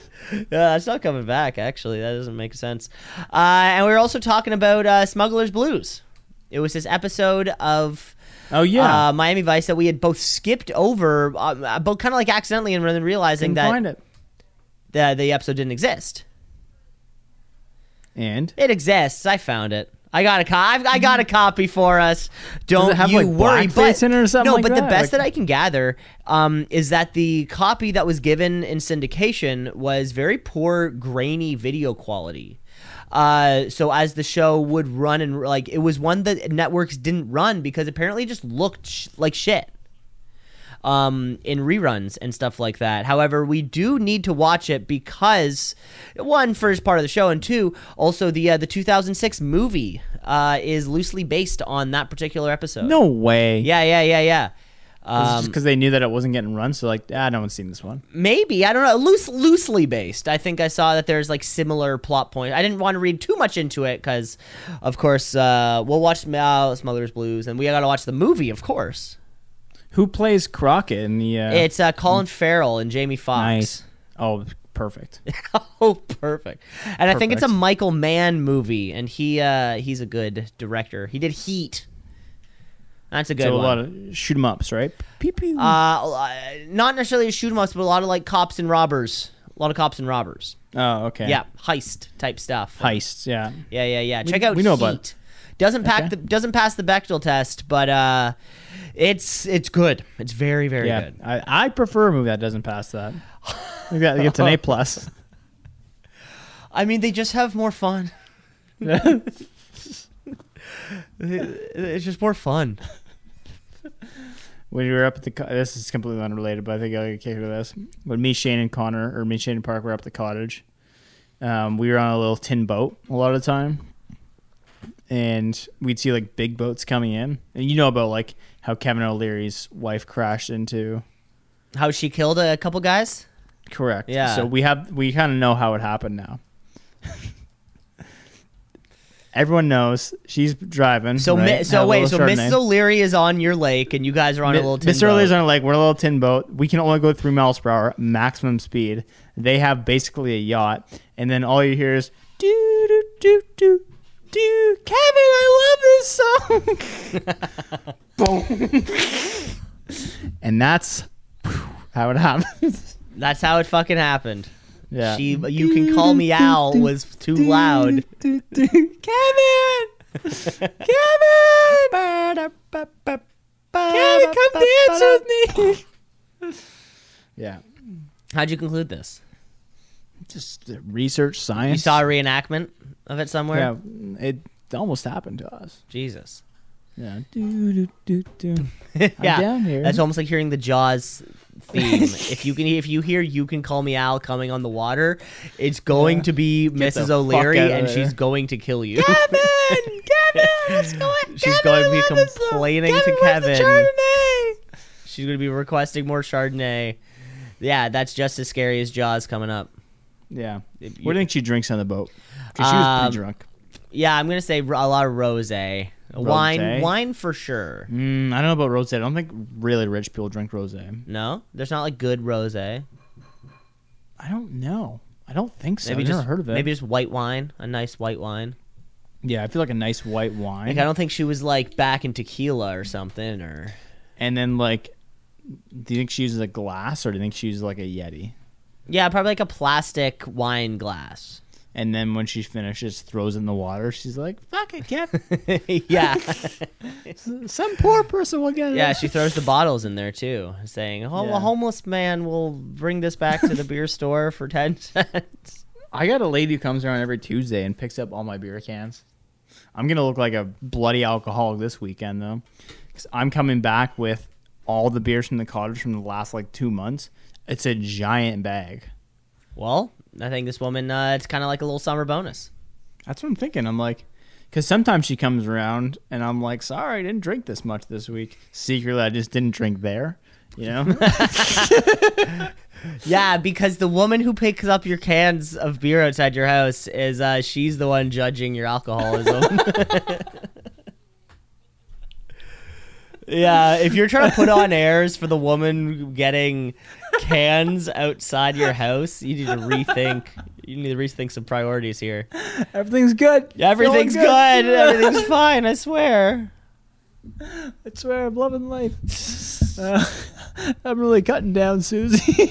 Speaker 1: yeah, it's not coming back, actually. That doesn't make sense. Uh, and we were also talking about uh, Smuggler's Blues. It was this episode of
Speaker 2: oh yeah.
Speaker 1: uh, Miami Vice that we had both skipped over, uh, but kind of like accidentally, and then realizing
Speaker 2: Didn't find
Speaker 1: that
Speaker 2: it.
Speaker 1: the, the episode didn't exist.
Speaker 2: And
Speaker 1: It exists. I found it. I got a co- I've, I got a copy for us. Don't
Speaker 2: have,
Speaker 1: you
Speaker 2: like,
Speaker 1: worry.
Speaker 2: blackface
Speaker 1: But
Speaker 2: in it or something
Speaker 1: no,
Speaker 2: like
Speaker 1: but the
Speaker 2: that?
Speaker 1: best
Speaker 2: Like-
Speaker 1: that I can gather um, is that the copy that was given in syndication was very poor, grainy video quality. Uh, so as the show would run and like it was one that networks didn't run because apparently it just looked sh- like shit um, in reruns and stuff like that. However, we do need to watch it because one, for his part of the show, and two, also the uh, the 2006 movie uh, is loosely based on that particular episode.
Speaker 2: no way.
Speaker 1: Yeah, yeah, yeah, yeah.
Speaker 2: It's
Speaker 1: Um,
Speaker 2: just because they knew that it wasn't getting run, so like, ah, no one's seen this one.
Speaker 1: maybe I don't know. Loose, loosely based. I think I saw that there's like similar plot point. I didn't want to read too much into it because, of course, uh, we'll watch uh, Smuggler's Blues and we got to watch the movie, of course.
Speaker 2: Who plays Crockett in the? Uh,
Speaker 1: It's uh, Colin Farrell and Jamie Foxx.
Speaker 2: nice. Oh, perfect.
Speaker 1: Oh, perfect. And I think it's a
Speaker 2: Perfect.
Speaker 1: Michael Mann movie, and he uh, he's a good director. He did Heat. That's a good
Speaker 2: so a
Speaker 1: one.
Speaker 2: lot of shoot 'em ups, right? Pew, pew.
Speaker 1: uh, not necessarily shoot 'em ups, but a lot of like cops and robbers A lot of cops and robbers.
Speaker 2: Oh, okay.
Speaker 1: Yeah, heist type stuff.
Speaker 2: Heists. Yeah.
Speaker 1: Yeah, yeah, yeah.
Speaker 2: We-
Speaker 1: Check out
Speaker 2: we know
Speaker 1: Heat.
Speaker 2: about
Speaker 1: Doesn't pack
Speaker 2: Okay.
Speaker 1: the doesn't pass the Bechtel test, but uh, it's it's good. It's very very
Speaker 2: yeah.
Speaker 1: good.
Speaker 2: I, I prefer a movie that doesn't pass that. Yeah, it's an A plus.
Speaker 1: I mean, they just have more fun. It's just more fun.
Speaker 2: when we were up at the co- this is completely unrelated, but I think I'll get kicked with this. When me, Shane, and Connor, or me, Shane, and Park were up at the cottage, um, we were on a little tin boat a lot of the time, and we'd see like big boats coming in, and you know about like how Kevin O'Leary's wife crashed into.
Speaker 1: How she killed a couple guys?
Speaker 2: Correct.
Speaker 1: Yeah.
Speaker 2: So we have we kind of know how it happened now. Everyone knows she's driving.
Speaker 1: So
Speaker 2: right?
Speaker 1: mi-
Speaker 2: Had
Speaker 1: so
Speaker 2: a
Speaker 1: wait,
Speaker 2: little
Speaker 1: so
Speaker 2: Chardonnay.
Speaker 1: Mrs. O'Leary is on your lake, and you guys are on a
Speaker 2: Mi-
Speaker 1: little. Tin
Speaker 2: Mr. O'Leary's
Speaker 1: boat.
Speaker 2: on a lake. We're a little tin boat. We can only go three miles per hour, maximum speed. They have basically a yacht, and then all you hear is do do do do do. Kevin, I love this song. Boom. and that's how it happens.
Speaker 1: That's how it fucking happened.
Speaker 2: Yeah.
Speaker 1: She, you can call me Al was too loud.
Speaker 2: Kevin. Kevin. Kevin, come dance with me. yeah.
Speaker 1: How'd you conclude this?
Speaker 2: Just the research, science.
Speaker 1: You saw a reenactment of it somewhere?
Speaker 2: Yeah, mm, it almost happened to us.
Speaker 1: Jesus.
Speaker 2: Yeah. Do, do, do, do.
Speaker 1: yeah.
Speaker 2: down here.
Speaker 1: That's almost like hearing the Jaws theme. if you can, if you hear "You Can Call Me Al" coming on the water, it's going
Speaker 2: Yeah.
Speaker 1: to be
Speaker 2: the
Speaker 1: Mrs.
Speaker 2: fuck
Speaker 1: O'Leary,
Speaker 2: outta
Speaker 1: and
Speaker 2: there.
Speaker 1: she's going to kill you.
Speaker 2: Kevin, Kevin, what's going?
Speaker 1: She's going to be complaining to Kevin.
Speaker 2: Chardonnay?
Speaker 1: She's going to be requesting more Chardonnay. Yeah, that's just as scary as Jaws coming up.
Speaker 2: Yeah.
Speaker 1: If you-
Speaker 2: What do you think she drinks on the boat? 'Cause she was
Speaker 1: Um,
Speaker 2: pretty drunk.
Speaker 1: Yeah, I'm going to say a lot of rosé. Wine,
Speaker 2: Rosé?
Speaker 1: wine for sure.
Speaker 2: Mm, I don't know about rosé. I don't think really rich people drink rosé.
Speaker 1: No, there's not like good rosé.
Speaker 2: I don't know. I don't think so.
Speaker 1: Maybe
Speaker 2: I've
Speaker 1: just
Speaker 2: never heard of it.
Speaker 1: maybe just white wine, a nice white wine.
Speaker 2: yeah, I feel like a nice white wine,
Speaker 1: Like I don't think she was like back in tequila or something or
Speaker 2: and then like, do you think she uses a glass or do you think she uses like a yeti?
Speaker 1: Yeah, probably like a plastic wine glass.
Speaker 2: And then when she finishes, throws it in the water. She's like, "Fuck it, Kevin."
Speaker 1: yeah.
Speaker 2: Some poor person will get it.
Speaker 1: Yeah, she throws the bottles in there too, saying, "Oh,
Speaker 2: Yeah.
Speaker 1: a homeless man will bring this back to the beer store for 10 cents."
Speaker 2: I got a lady who comes around every Tuesday and picks up all my beer cans. I'm gonna look like a bloody alcoholic this weekend though, because I'm coming back with all the beers from the cottage from the last like two months. It's a giant bag.
Speaker 1: Well, I think this woman uh, it's kind of like a little summer bonus.
Speaker 2: That's what I'm thinking. I'm like, because sometimes she comes around and I'm like, "Sorry, I didn't drink this much this week." Secretly, I just didn't drink there. You know?
Speaker 1: Yeah, because the woman who picks up your cans of beer outside your house is uh, she's the one judging your alcoholism. yeah, if you're trying to put on airs for the woman getting cans outside your house, you need to rethink. You need to rethink some priorities here.
Speaker 2: Everything's good.
Speaker 1: Everything's
Speaker 2: Feeling
Speaker 1: good. Everything's fine. I swear.
Speaker 2: I swear I'm loving life. Uh, I'm really cutting down, Susie.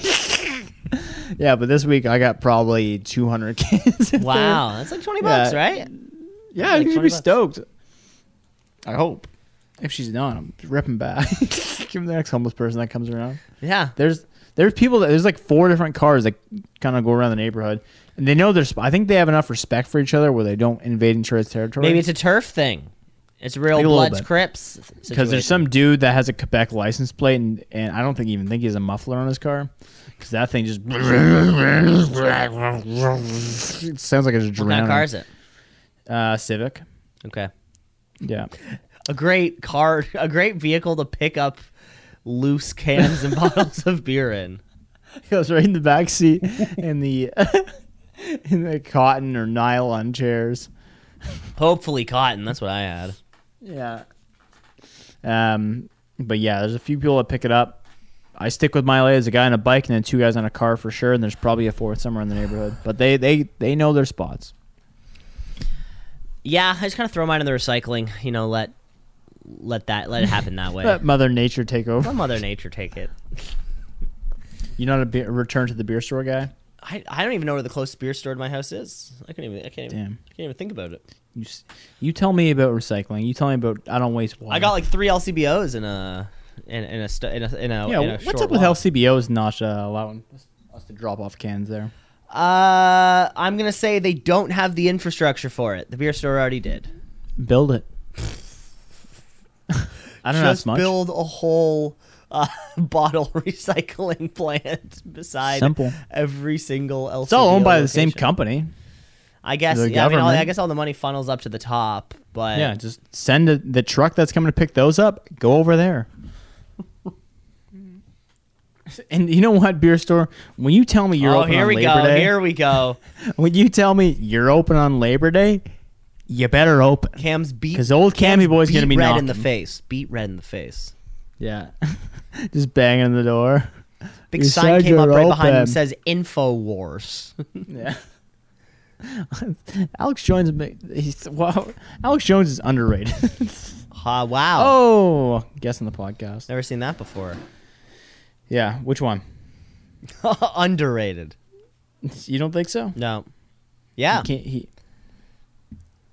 Speaker 2: yeah, but this week I got probably 200 kids.
Speaker 1: Wow, that's like twenty bucks,
Speaker 2: Yeah.
Speaker 1: right?
Speaker 2: yeah, I'm
Speaker 1: Like
Speaker 2: gonna
Speaker 1: 20
Speaker 2: be
Speaker 1: bucks.
Speaker 2: stoked. I hope. If she's not, I'm ripping back. Give him the next homeless person that comes around.
Speaker 1: Yeah.
Speaker 2: There's there's people that there's like four different cars that kind of go around the neighborhood, and they know there's. I think they have enough respect for each other where they don't invade each other's territory.
Speaker 1: Maybe it's a turf thing. It's real
Speaker 2: Maybe a little
Speaker 1: Bloods
Speaker 2: bit.
Speaker 1: Crips.
Speaker 2: because there's
Speaker 1: situation.
Speaker 2: some dude that has a Quebec license plate, and, and I don't think even think he has a muffler on his car, because that thing just it sounds like it's drowning.
Speaker 1: What kind of car is it?
Speaker 2: Uh, Civic.
Speaker 1: Okay.
Speaker 2: Yeah,
Speaker 1: a great car, a great vehicle to pick up loose cans and bottles of beer in.
Speaker 2: he was right in the back seat in the in the cotton or nylon chairs.
Speaker 1: Hopefully cotton. That's what I had.
Speaker 2: Yeah. Um, but yeah, there's a few people that pick it up. I stick with my lay as a guy on a bike, and then two guys on a car for sure, and there's probably a fourth somewhere in the neighborhood. But they they they know their spots.
Speaker 1: Yeah, I just kind of throw mine in the recycling. You know, let let that let it happen that way.
Speaker 2: Let Mother Nature take over.
Speaker 1: Let Mother Nature take it.
Speaker 2: You're not a be- return to the beer store guy.
Speaker 1: I, I don't even know where the closest beer store to my house is. I can't even I can't even,
Speaker 2: Damn.
Speaker 1: I can't even think about it.
Speaker 2: You, s- you tell me about recycling. You tell me about I don't waste water.
Speaker 1: I got like three LCBOs in a in, in a stu- in a in a
Speaker 2: yeah.
Speaker 1: in a
Speaker 2: what's
Speaker 1: short
Speaker 2: up with
Speaker 1: walk.
Speaker 2: LCBOs not uh, allowing us to drop off cans there?
Speaker 1: Uh, I'm gonna say they don't have the infrastructure for it. The beer store already did.
Speaker 2: Build it. I don't know
Speaker 1: Just
Speaker 2: that's much.
Speaker 1: build a whole uh, bottle recycling plant beside
Speaker 2: Simple.
Speaker 1: every single LCBO.
Speaker 2: it's all owned by the same
Speaker 1: location.
Speaker 2: company.
Speaker 1: I guess.
Speaker 2: The
Speaker 1: yeah, I mean, all, I
Speaker 2: government.
Speaker 1: guess all the money funnels up to the top, but
Speaker 2: Yeah, just send the- the truck that's coming to pick those up. Go over there. and you know what, beer store? When you tell me you're
Speaker 1: oh,
Speaker 2: open
Speaker 1: here
Speaker 2: on
Speaker 1: we
Speaker 2: Labor
Speaker 1: go.
Speaker 2: Day,
Speaker 1: Here we go.
Speaker 2: when you tell me you're open on Labor Day, you better open.
Speaker 1: Cam's beat
Speaker 2: 'Cause old
Speaker 1: Cam's
Speaker 2: Cammy boy's gonna
Speaker 1: beat
Speaker 2: be
Speaker 1: red in the
Speaker 2: knocking.
Speaker 1: face. Beat red in the face.
Speaker 2: Yeah, just banging the door.
Speaker 1: Big
Speaker 2: You
Speaker 1: sign
Speaker 2: said
Speaker 1: came up
Speaker 2: you're
Speaker 1: right behind him
Speaker 2: open.
Speaker 1: says Info Wars.
Speaker 2: Yeah. Alex Jones, he's wow. Alex Jones is underrated.
Speaker 1: ha! Wow.
Speaker 2: oh, guessing the podcast.
Speaker 1: Never seen that before.
Speaker 2: Yeah, which one?
Speaker 1: Underrated.
Speaker 2: You don't think so?
Speaker 1: No. Yeah.
Speaker 2: He can't, he,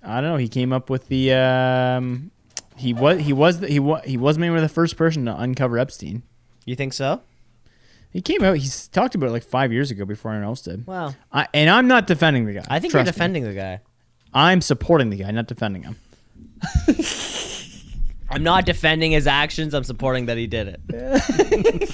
Speaker 2: I don't know. He came up with the. Um, he was he was the, he was he was maybe the first person to uncover Epstein.
Speaker 1: You think so?
Speaker 2: He came out. He's talked about it like five years ago before anyone else did.
Speaker 1: Wow.
Speaker 2: I, and I'm not defending the guy.
Speaker 1: I think
Speaker 2: Trust
Speaker 1: you're
Speaker 2: me.
Speaker 1: defending the guy.
Speaker 2: I'm supporting the guy, not defending him.
Speaker 1: I'm not defending his actions. I'm supporting that he did it.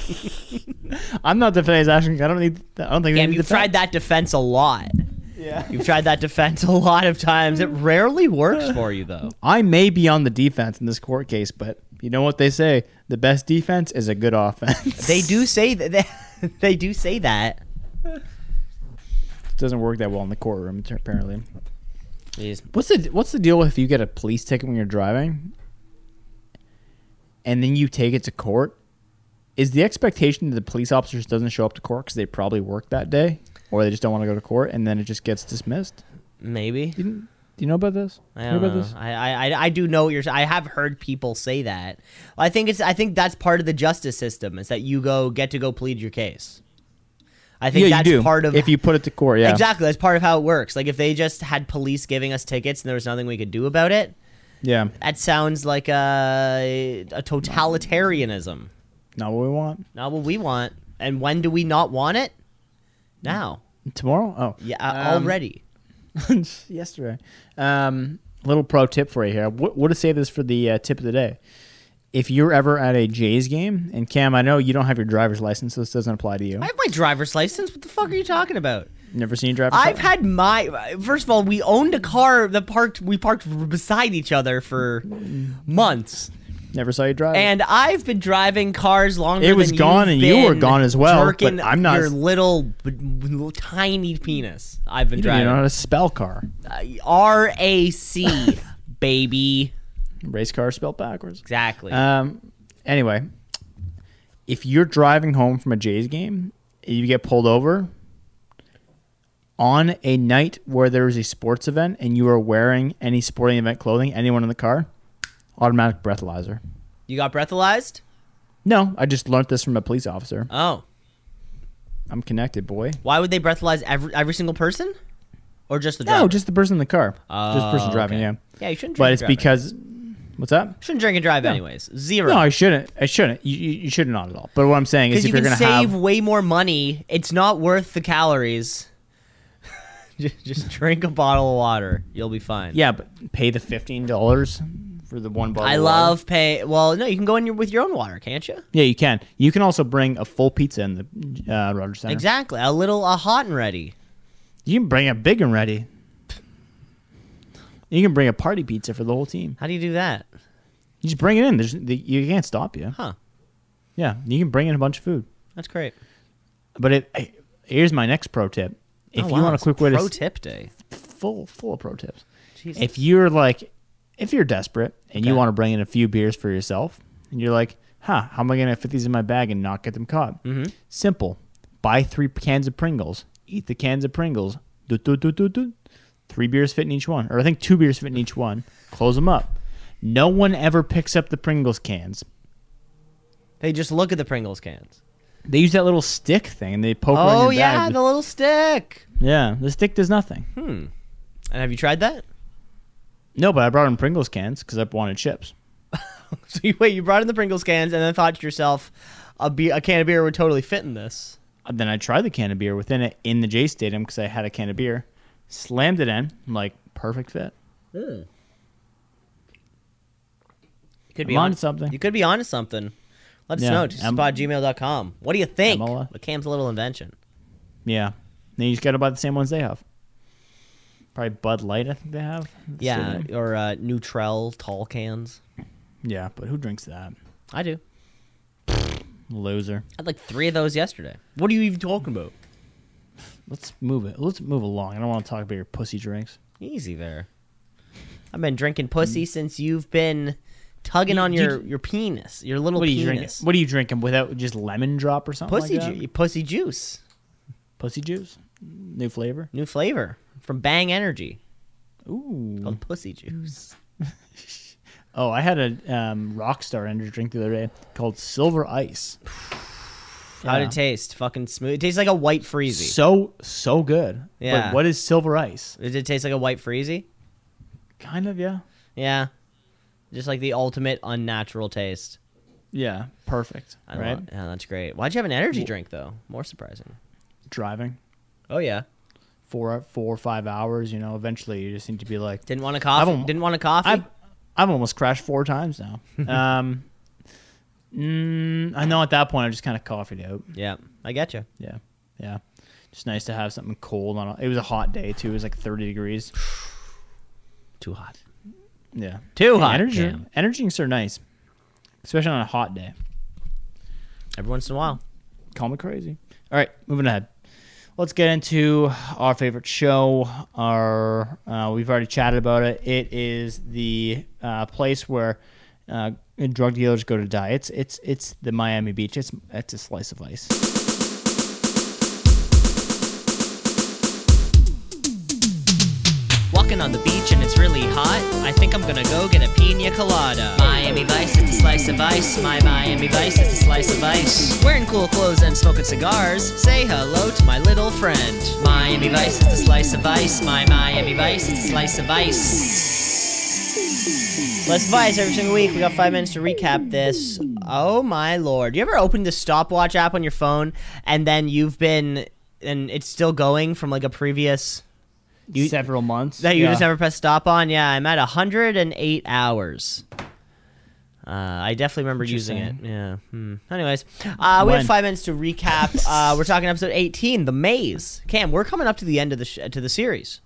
Speaker 2: I'm not defending his actions. I don't need. I don't think.
Speaker 1: Damn, you've tried that defense a lot.
Speaker 2: Yeah.
Speaker 1: You've tried that defense a lot of times. It rarely works for you though.
Speaker 2: I may be on the defense in this court case, but you know what they say: the best defense is a good offense.
Speaker 1: They do say that. They, they do say that.
Speaker 2: It doesn't work that well in the courtroom, apparently.
Speaker 1: Jeez.
Speaker 2: What's the What's the deal if you get a police ticket when you're driving, and then you take it to court? Is the expectation that the police officer just doesn't show up to court because they probably work that day, or they just don't want to go to court, and then it just gets dismissed?
Speaker 1: Maybe.
Speaker 2: You didn't, do you know about this?
Speaker 1: I
Speaker 2: You
Speaker 1: don't
Speaker 2: about
Speaker 1: know.
Speaker 2: this?
Speaker 1: I, I, I- I do know what you're. I have heard people say that. I think it's. I think that's part of the justice system is that you go get to go plead your case. I think
Speaker 2: yeah,
Speaker 1: that's
Speaker 2: you do.
Speaker 1: part of
Speaker 2: if you put it to court, yeah,
Speaker 1: exactly that's part of how it works. Like if they just had police giving us tickets and there was nothing we could do about it,
Speaker 2: yeah,
Speaker 1: that sounds like a a totalitarianism.
Speaker 2: not what we want.
Speaker 1: Not what we want. And when do we not want it? Now.
Speaker 2: Tomorrow? Oh,
Speaker 1: Yeah. uh,
Speaker 2: Um,
Speaker 1: already.
Speaker 2: yesterday. Um, little pro tip for you here. What, what to say this for the uh, tip of the day? If you're ever at a Jays game, and Cam, I know you don't have your driver's license, so this doesn't apply to you.
Speaker 1: I have my driver's license. What the fuck are you talking about?
Speaker 2: Never seen you drive. a
Speaker 1: I've
Speaker 2: car?
Speaker 1: had my first of all, we owned a car that parked we parked beside each other for months,
Speaker 2: never saw you drive.
Speaker 1: and I've been driving cars longer.
Speaker 2: It was
Speaker 1: than
Speaker 2: gone
Speaker 1: you've
Speaker 2: and you were
Speaker 1: been
Speaker 2: gone as well, but
Speaker 1: jerking
Speaker 2: I'm not-
Speaker 1: your little, b- little tiny penis. I've been
Speaker 2: you don't even know how
Speaker 1: driving Uh,
Speaker 2: to spell car.
Speaker 1: R A C baby
Speaker 2: Race car spelled backwards.
Speaker 1: exactly.
Speaker 2: Um. Anyway, if you're driving home from a Jays game, and you get pulled over on a night where there is a sports event, and you are wearing any sporting event clothing, anyone in the car, automatic breathalyzer.
Speaker 1: you got breathalyzed?
Speaker 2: No, I just learned this from a police officer.
Speaker 1: Oh,
Speaker 2: I'm connected, boy.
Speaker 1: why would they breathalyze every every single person, or just the driver?
Speaker 2: No, just the person in the car, just the person
Speaker 1: Oh,
Speaker 2: driving.
Speaker 1: okay.
Speaker 2: Yeah,
Speaker 1: yeah. You shouldn't. Drink
Speaker 2: but
Speaker 1: and
Speaker 2: it's
Speaker 1: drive.
Speaker 2: because what's up?
Speaker 1: shouldn't drink and drive anyways. Zero.
Speaker 2: No, I shouldn't. I shouldn't. You, you, you should not at all. But what I'm saying is,
Speaker 1: Because
Speaker 2: if
Speaker 1: you
Speaker 2: are
Speaker 1: can
Speaker 2: gonna
Speaker 1: save
Speaker 2: have,
Speaker 1: way more money. It's not worth the calories. just, just drink a bottle of water. You'll be fine.
Speaker 2: yeah, but pay the fifteen dollars for the one bottle.
Speaker 1: I
Speaker 2: of water.
Speaker 1: love pay. Well, no, you can go in your, with your own water, can't you?
Speaker 2: Yeah, you can. You can also bring a full pizza in the uh, Rogers Center.
Speaker 1: Exactly. A little a hot and ready.
Speaker 2: You can bring a big and ready. You can bring a party pizza for the whole team.
Speaker 1: How do you do that?
Speaker 2: You just bring it in. There's the, you can't stop you.
Speaker 1: Huh.
Speaker 2: Yeah, you can bring in a bunch of food.
Speaker 1: That's great.
Speaker 2: But it, hey, here's my next pro tip. If
Speaker 1: Oh,
Speaker 2: you
Speaker 1: wow,
Speaker 2: want a
Speaker 1: it's
Speaker 2: quick way to
Speaker 1: pro
Speaker 2: s-
Speaker 1: tip day.
Speaker 2: full full of pro tips.
Speaker 1: Jesus.
Speaker 2: If you're like, if you're desperate and you
Speaker 1: Okay.
Speaker 2: want to bring in a few beers for yourself, and you're like, huh, how am I gonna fit these in my bag and not get them caught? Mm-hmm. Simple. Buy three cans of Pringles. Eat the cans of Pringles. Doot, doot, doot, doot, doot. Three beers fit in each one, or I think two beers fit in each one. Close them up. No one ever picks up the Pringles cans.
Speaker 1: They just look at the Pringles cans.
Speaker 2: They use that little stick thing and they poke around
Speaker 1: Oh
Speaker 2: your
Speaker 1: yeah,
Speaker 2: bag.
Speaker 1: the little stick.
Speaker 2: yeah, the stick does nothing.
Speaker 1: Hmm. And have you tried that?
Speaker 2: No, but I brought in Pringles cans because I wanted chips.
Speaker 1: So you, wait, you brought in the Pringles cans and then thought to yourself, a, be- a can of beer would totally fit in this.
Speaker 2: And then I tried the can of beer within it in the J Stadium because I had a can of beer, slammed it in. I'm like, perfect fit.
Speaker 1: You could
Speaker 2: I'm onto something.
Speaker 1: You could be onto something. Let us
Speaker 2: Yeah,
Speaker 1: know.
Speaker 2: I'm-
Speaker 1: Spotgmail.com. What do you think?
Speaker 2: I'm all-
Speaker 1: of Cam's little invention.
Speaker 2: Yeah. Then you just got to buy the same ones they have. Probably Bud Light, I think they have. That's the
Speaker 1: Yeah,
Speaker 2: name.
Speaker 1: or uh, Nutrell tall cans.
Speaker 2: Yeah, but who drinks that?
Speaker 1: I do.
Speaker 2: Loser.
Speaker 1: I had like three of those yesterday. What are you even talking about?
Speaker 2: Let's move it. Let's move along. I don't want to talk about your pussy drinks.
Speaker 1: Easy there. I've been drinking pussy
Speaker 2: Mm.
Speaker 1: since you've been tugging on
Speaker 2: did
Speaker 1: your, your penis, your little
Speaker 2: What are you drinking? Oh
Speaker 1: penis.
Speaker 2: What are you drinking without just lemon drop or something?
Speaker 1: Pussy,
Speaker 2: like that?
Speaker 1: ju- pussy juice,
Speaker 2: Pussy juice. New flavor.
Speaker 1: new flavor from Bang Energy
Speaker 2: Ooh.
Speaker 1: called Pussy Juice.
Speaker 2: Oh, I had a um, Rockstar energy drink the other day called Silver Ice.
Speaker 1: How'd
Speaker 2: Yeah.
Speaker 1: it taste? Fucking smooth. It tastes like a white freezy.
Speaker 2: So so good.
Speaker 1: Yeah.
Speaker 2: But what is Silver Ice?
Speaker 1: Did it taste like a white freezy?
Speaker 2: Kind of yeah.
Speaker 1: Yeah. Just like the ultimate unnatural taste.
Speaker 2: Yeah. Perfect.
Speaker 1: I
Speaker 2: right.
Speaker 1: right? Yeah, that's great. Why'd you have an energy drink though? More surprising.
Speaker 2: Driving.
Speaker 1: Oh yeah.
Speaker 2: four four or five hours. You know, eventually you just need to be like,
Speaker 1: Didn't want a
Speaker 2: I've
Speaker 1: coffee.
Speaker 2: al-
Speaker 1: Didn't want a coffee.
Speaker 2: I've I've almost crashed four times now. um, mm, I know at that point I just kind of coffeeed out.
Speaker 1: yeah, I get you.
Speaker 2: Yeah, yeah. Just nice to have something cold on. A, it was a hot day too. It was like thirty degrees.
Speaker 1: Too hot.
Speaker 2: Yeah,
Speaker 1: Too hot.
Speaker 2: energy
Speaker 1: Cam.
Speaker 2: energy drinks are nice, especially on a hot day.
Speaker 1: Every once in a while.
Speaker 2: Call me crazy. All right, moving ahead. Let's get into our favorite show. Our uh, we've already chatted about it. It is the uh, place where uh, drug dealers go to die. It's it's it's the Miami Beach. It's it's a slice of ice.
Speaker 1: Walking on the beach and it's really hot. I think I'm gonna go get a pina colada. Miami Vice is the slice of ice. My Miami Vice is the slice of ice. Wearing cool clothes and smoking cigars. Say hello to my little friend. Miami Vice is the slice of ice. My Miami Vice is the slice of ice. Slice of Ice every single week. We got five minutes to recap this. Oh my lord! You ever opened the stopwatch app on your phone and then you've been and it's still going from like a previous
Speaker 2: Several months
Speaker 1: that you
Speaker 2: Yeah.
Speaker 1: just never press stop on. Yeah, I'm at 108 hours. Uh, I definitely remember using it.
Speaker 2: Interesting.
Speaker 1: Yeah. Hmm. Anyways, uh, we
Speaker 2: When?
Speaker 1: have five minutes to recap. uh, we're talking episode 18, the maze. Cam, we're coming up to the end of the sh- to the series.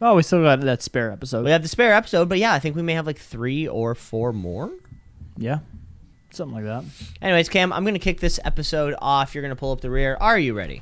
Speaker 2: Oh, we still got that spare episode.
Speaker 1: We have the spare episode, but yeah, I think we may have like three or four more.
Speaker 2: Yeah, something like that.
Speaker 1: Anyways, Cam, I'm gonna kick this episode off. You're gonna pull up the rear. Are you ready?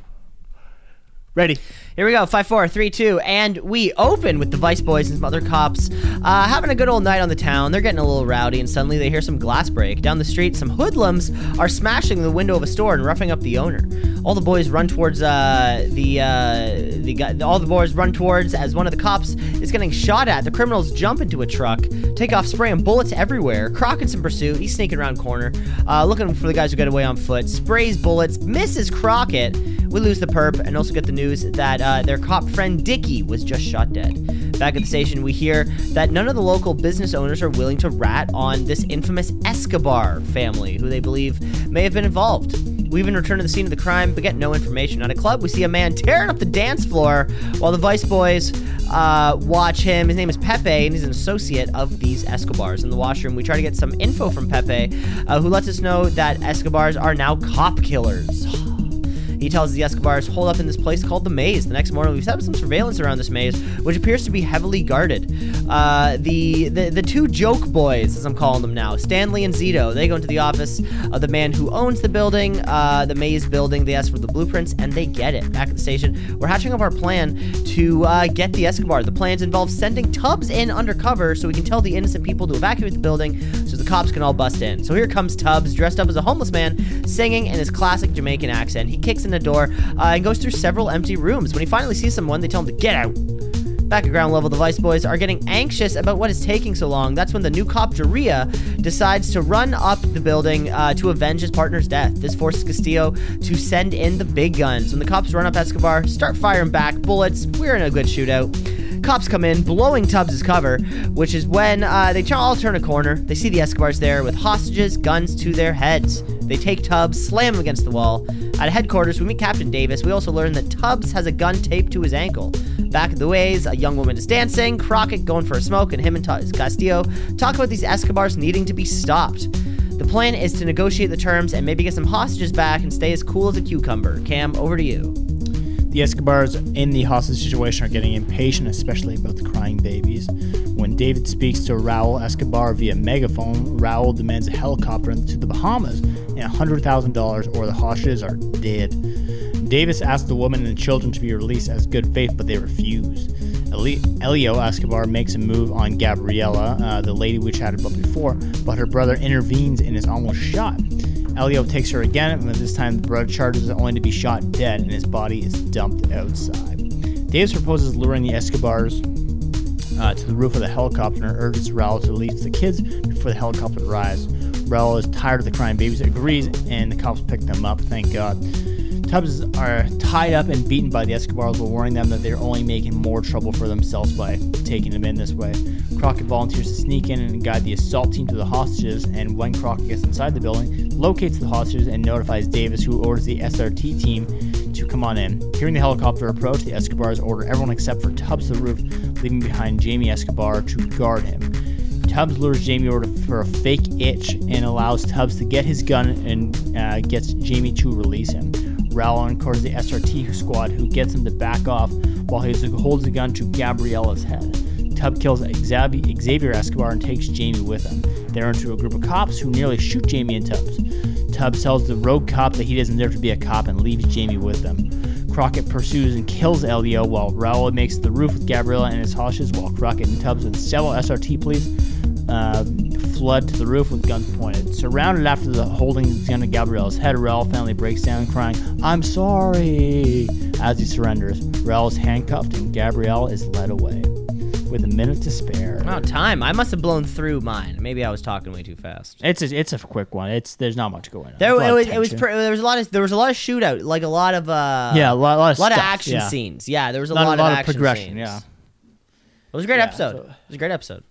Speaker 2: Ready?
Speaker 1: Here we go, five, four, three, two, and we open with the Vice Boys and some other cops uh, having a good old night on the town. They're getting a little rowdy, and suddenly they hear some glass break. Down the street, some hoodlums are smashing the window of a store and roughing up the owner. All the boys run towards uh, the uh, the guy. All the boys run towards as one of the cops is getting shot at. The criminals jump into a truck, take off spraying bullets everywhere. Crockett's in pursuit. He's sneaking around corner, uh, looking for the guys who got away on foot. Sprays bullets, misses Crockett. We lose the perp and also get the news that uh, their cop friend Dickie was just shot dead. Back at the station, we hear that none of the local business owners are willing to rat on this infamous Escobar family, who they believe may have been involved. We even return to the scene of the crime, but get no information. At a club, we see a man tearing up the dance floor while the Vice Boys uh, watch him. His name is Pepe, and he's an associate of these Escobars. In the washroom, we try to get some info from Pepe, uh, who lets us know that Escobars are now cop killers. He tells the Escobars, hold up in this place called the Maze. The next morning, we set up some surveillance around this maze, which appears to be heavily guarded. Uh, the, the the two joke boys, as I'm calling them now, Stanley and Zito, they go into the office of the man who owns the building, uh, the Maze building. They ask for the blueprints, and they get it. Back at the station, we're hatching up our plan to uh, get the Escobar. The plans involve sending Tubbs in undercover so we can tell the innocent people to evacuate the building so the cops can all bust in. So here comes Tubbs, dressed up as a homeless man, singing in his classic Jamaican accent. He kicks in a door uh, and goes through several empty rooms. When he finally sees someone, they tell him to get out. Back at ground level, the Vice Boys are getting anxious about what is taking so long. That's when the new cop, Jaria, decides to run up the building uh, to avenge his partner's death. This forces Castillo to send in the big guns. When the cops run up Escobar, start firing back bullets, we're in a good shootout. Cops come in, blowing Tubbs' cover, which is when uh, they all turn a corner. They see the Escobars there with hostages, guns to their heads. They take Tubbs, slam him against the wall. At headquarters, we meet Captain Davis. We also learn that Tubbs has a gun taped to his ankle. Back at the ways, a young woman is dancing, Crockett going for a smoke, and him and Tubbs Castillo talk about these Escobars needing to be stopped. The plan is to negotiate the terms and maybe get some hostages back and stay as cool as a cucumber. Cam, over to you.
Speaker 2: The Escobars in the hostage situation are getting impatient, especially about the crying babies. When David speaks to Raul Escobar via megaphone, Raul demands a helicopter to the Bahamas and $100,000 or the hostages are dead. Davis asks the woman and the children to be released as good faith, but they refuse. Eli- Elio Escobar makes a move on Gabriela, uh, the lady we chatted about before, but her brother intervenes and is almost shot. Elio takes her again, but this time the brother charges only to be shot dead and his body is dumped outside. Davis proposes luring the Escobars uh, to the roof of the helicopter and urges Raul to release the kids before the helicopter arrives. Raul is tired of the crying babies, agrees, and the cops pick them up, thank God. Tubbs are tied up and beaten by the Escobars while warning them that they're only making more trouble for themselves by taking them in this way. Crockett volunteers to sneak in and guide the assault team to the hostages, and when Crockett gets inside the building, locates the hostages and notifies Davis, who orders the SRT team to come on in. Hearing the helicopter approach, the Escobars order everyone except for Tubbs to the roof, leaving behind Jamie Escobar to guard him. Tubbs lures Jamie over for a fake itch and allows Tubbs to get his gun and uh, gets Jamie to release him. Raul encores the SRT squad, who gets him to back off while he holds the gun to Gabriella's head. Tubb kills Xavi- Xavier Escobar and takes Jamie with him. They're into a group of cops who nearly shoot Jamie and Tubbs. Tubbs tells the rogue cop that he doesn't deserve to be a cop and leaves Jamie with them. Crockett pursues and kills Elio while Raul makes the roof with Gabriella and his hostages while Crockett and Tubbs and several SRT police uh, flood to the roof with guns pointed. Surrounded after the holding the gun to Gabriella's head, Raul finally breaks down crying, I'm sorry, as he surrenders. Raul is handcuffed and Gabrielle is led away. With a minute to spare.
Speaker 1: Wow, time. I must have blown through mine. Maybe I was talking way too fast.
Speaker 2: It's a, it's a quick one. It's There's not much going on.
Speaker 1: There,
Speaker 2: A lot
Speaker 1: it
Speaker 2: of
Speaker 1: was, it was
Speaker 2: tension.
Speaker 1: pre- there was a lot of there was a lot of shootout, like a lot of uh
Speaker 2: yeah, a lot, a lot of
Speaker 1: a lot of
Speaker 2: stuff,
Speaker 1: action
Speaker 2: yeah.
Speaker 1: scenes. Yeah, there was a
Speaker 2: Not
Speaker 1: lot,
Speaker 2: a
Speaker 1: of
Speaker 2: lot of
Speaker 1: action
Speaker 2: progression,
Speaker 1: scenes.
Speaker 2: yeah.
Speaker 1: it was a great
Speaker 2: Yeah,
Speaker 1: episode.
Speaker 2: so-
Speaker 1: It was a great episode.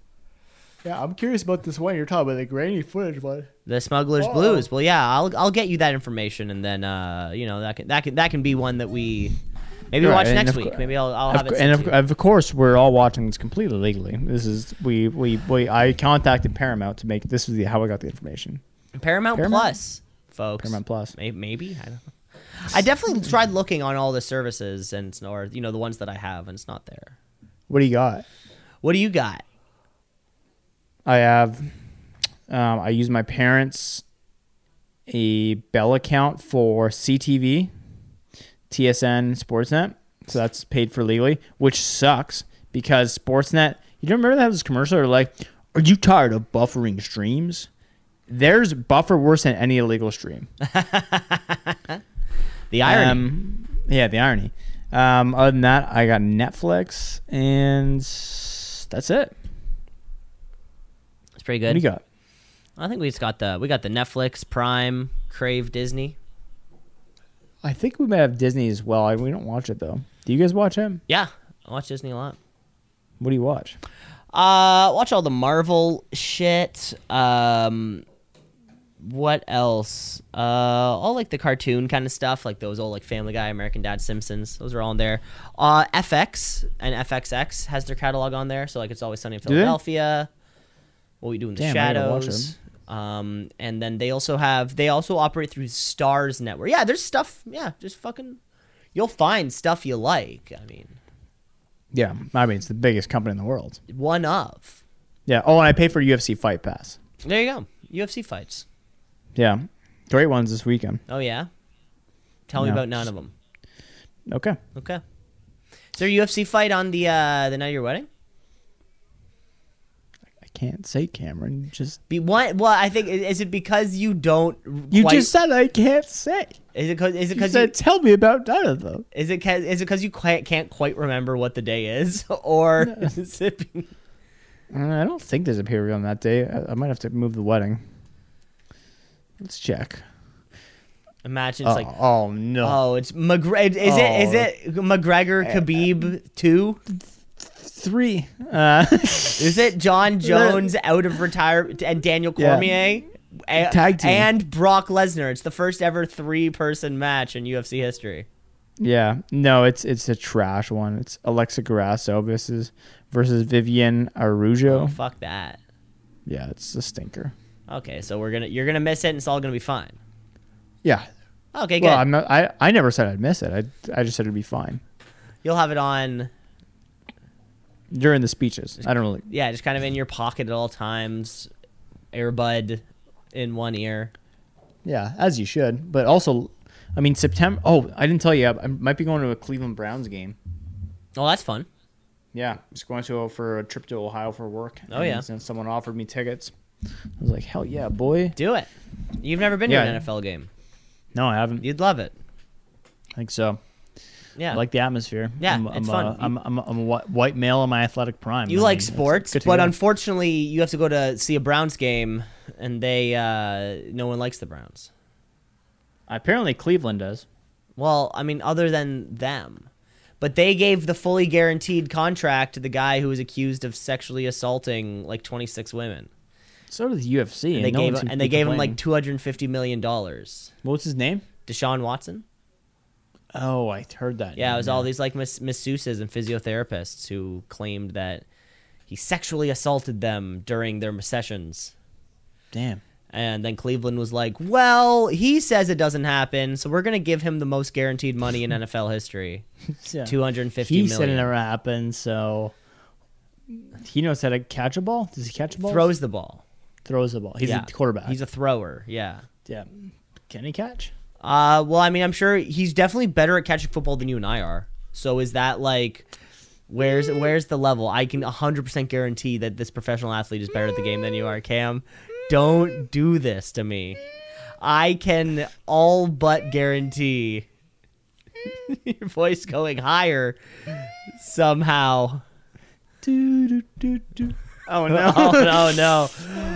Speaker 2: Yeah, I'm curious about this one you're talking about, the grainy footage one.
Speaker 1: The Smuggler's
Speaker 2: Oh.
Speaker 1: Blues. Well, yeah, I'll I'll get you that information, and then uh you know that can that can that can be one that we maybe
Speaker 2: Right,
Speaker 1: watch
Speaker 2: and
Speaker 1: next
Speaker 2: of
Speaker 1: week.
Speaker 2: cour-
Speaker 1: maybe I'll I'll
Speaker 2: Of
Speaker 1: have it.
Speaker 2: cou- and
Speaker 1: sent to
Speaker 2: of,
Speaker 1: you.
Speaker 2: of course, we're all watching this completely legally. This is we we, we I contacted Paramount to make this is the, how I got the information.
Speaker 1: Paramount,
Speaker 2: Paramount?
Speaker 1: Plus, folks.
Speaker 2: Paramount Plus.
Speaker 1: Maybe, maybe I don't know. I definitely tried looking on all the services and it's- or you know the ones that I have, and it's not there.
Speaker 2: What do you got?
Speaker 1: What do you got?
Speaker 2: I have. Um, I use my parents' a Bell account for CTV, TSN, Sportsnet. So that's paid for legally, which sucks because Sportsnet. You don't remember that was commercial or like, are you tired of buffering streams? There's buffer worse than any illegal stream.
Speaker 1: The irony.
Speaker 2: Um, yeah, the irony. Um, other than that, I got Netflix, and that's it.
Speaker 1: it's pretty
Speaker 2: What
Speaker 1: good.
Speaker 2: do you got?
Speaker 1: I think we just got the we got the Netflix, Prime, Crave, Disney.
Speaker 2: I think we might have Disney as well. I, we don't watch it though. Do you guys watch him?
Speaker 1: Yeah, I watch Disney a lot.
Speaker 2: What do you watch?
Speaker 1: Uh, watch all the Marvel shit. Um, what else? Uh, all like the cartoon kind of stuff, like those old like Family Guy, American Dad, Simpsons. Those are all in there. Uh, FX and FXX has their catalog on there, so like it's always sunny in
Speaker 2: they?
Speaker 1: Philadelphia. What we do in the
Speaker 2: Damn, I gotta watch
Speaker 1: shadows. Um, and then they also have they also operate through Stars Network. Yeah, there's stuff. Yeah, just fucking, you'll find stuff you like. I mean,
Speaker 2: Yeah, I mean it's the biggest company in the world.
Speaker 1: one of.
Speaker 2: Yeah. Oh, and I pay for UFC Fight Pass.
Speaker 1: There you go. UFC fights.
Speaker 2: Yeah, great ones this weekend.
Speaker 1: Oh yeah. Tell me
Speaker 2: No.
Speaker 1: about none of them.
Speaker 2: Okay.
Speaker 1: Okay. Is there a UFC fight on the uh, the night of your wedding?
Speaker 2: I can't say Cameron. Just
Speaker 1: Be what? Well, I think is it because you don't.
Speaker 2: you
Speaker 1: quite-
Speaker 2: just said I can't say.
Speaker 1: is it because is it
Speaker 2: You
Speaker 1: because
Speaker 2: said tell me about Donna though.
Speaker 1: Is it 'cause- is it because you qui- can't quite remember what the day is, or is it? be-
Speaker 2: Uh, I don't think there's a pay per view on that day. I, I might have to move the wedding. Let's check.
Speaker 1: Imagine
Speaker 2: Oh,
Speaker 1: it's like
Speaker 2: oh Eh. no.
Speaker 1: oh, it's McGregor. Is it is it McGregor Khabib two?
Speaker 2: Three. Uh,
Speaker 1: Is it John Jones out of retirement and Daniel
Speaker 2: Yeah.
Speaker 1: Cormier? A-
Speaker 2: Tag team.
Speaker 1: and Brock Lesnar. It's the first ever three-person match in UFC history.
Speaker 2: yeah. No, it's it's a trash one. It's Alexa Grasso versus versus Vivian Arujo.
Speaker 1: Fuck that.
Speaker 2: yeah, it's a stinker.
Speaker 1: Okay, so we're gonna you're gonna miss it, and it's all gonna be fine.
Speaker 2: Yeah.
Speaker 1: Okay, good.
Speaker 2: Well, I'm not, I I never said I'd miss it. I I just said it'd be fine
Speaker 1: You'll have it on.
Speaker 2: during the speeches. I don't really.
Speaker 1: Yeah, just kind of in your pocket at all times. Airbud in one ear.
Speaker 2: Yeah, as you should. But also, I mean September. Oh, I didn't tell you. I I might be going to a Cleveland Browns game.
Speaker 1: Oh, that's fun.
Speaker 2: Yeah, just going to for a trip to Ohio for work.
Speaker 1: Oh, yeah.
Speaker 2: And since someone offered me tickets, I was like, hell yeah, boy.
Speaker 1: Do it. You've never been to
Speaker 2: Yeah.
Speaker 1: an NFL game.
Speaker 2: No, I haven't.
Speaker 1: You'd love it.
Speaker 2: I think so.
Speaker 1: Yeah.
Speaker 2: I like the atmosphere.
Speaker 1: Yeah,
Speaker 2: I'm,
Speaker 1: it's
Speaker 2: I'm
Speaker 1: fun.
Speaker 2: A, I'm, I'm, I'm a whi- white male in my athletic prime.
Speaker 1: you
Speaker 2: I mean,
Speaker 1: like
Speaker 2: it's
Speaker 1: sports,
Speaker 2: good to
Speaker 1: but
Speaker 2: go.
Speaker 1: unfortunately, you have to go to see a Browns game, and they uh, no one likes the Browns.
Speaker 2: apparently Cleveland does.
Speaker 1: Well, I mean, other than them, but they gave the fully guaranteed contract to the guy who was accused of sexually assaulting like 26 women.
Speaker 2: So does the UFC.
Speaker 1: And
Speaker 2: And,
Speaker 1: they
Speaker 2: no one
Speaker 1: gave
Speaker 2: seems to
Speaker 1: and
Speaker 2: be
Speaker 1: they gave him
Speaker 2: complaining.
Speaker 1: like 250 million dollars.
Speaker 2: what's his name?
Speaker 1: Deshaun Watson.
Speaker 2: Oh, I heard that.
Speaker 1: Yeah, it
Speaker 2: name,
Speaker 1: was all these like mas- masseuses and physiotherapists who claimed that he sexually assaulted them during their sessions.
Speaker 2: Damn.
Speaker 1: And then Cleveland was like, "Well, he says it doesn't happen, so we're going to give him the most guaranteed money in NFL history, uh,
Speaker 2: Yeah.
Speaker 1: 250
Speaker 2: He
Speaker 1: million."
Speaker 2: said it never happened, so he knows how to catch a ball. Does he catch a ball?
Speaker 1: Throws the ball.
Speaker 2: throws the ball. He's
Speaker 1: yeah.
Speaker 2: a quarterback.
Speaker 1: He's a thrower. Yeah.
Speaker 2: yeah. Can he catch?
Speaker 1: Uh, well, I mean, I'm sure he's definitely better at catching football than you and I are. So is that like, where's
Speaker 2: Mm.
Speaker 1: where's the level? I can 100% guarantee that this professional athlete is better at the game than you are, Cam. Don't do this to me. I can all but guarantee your voice going higher somehow.
Speaker 2: Oh no.
Speaker 1: Oh no no!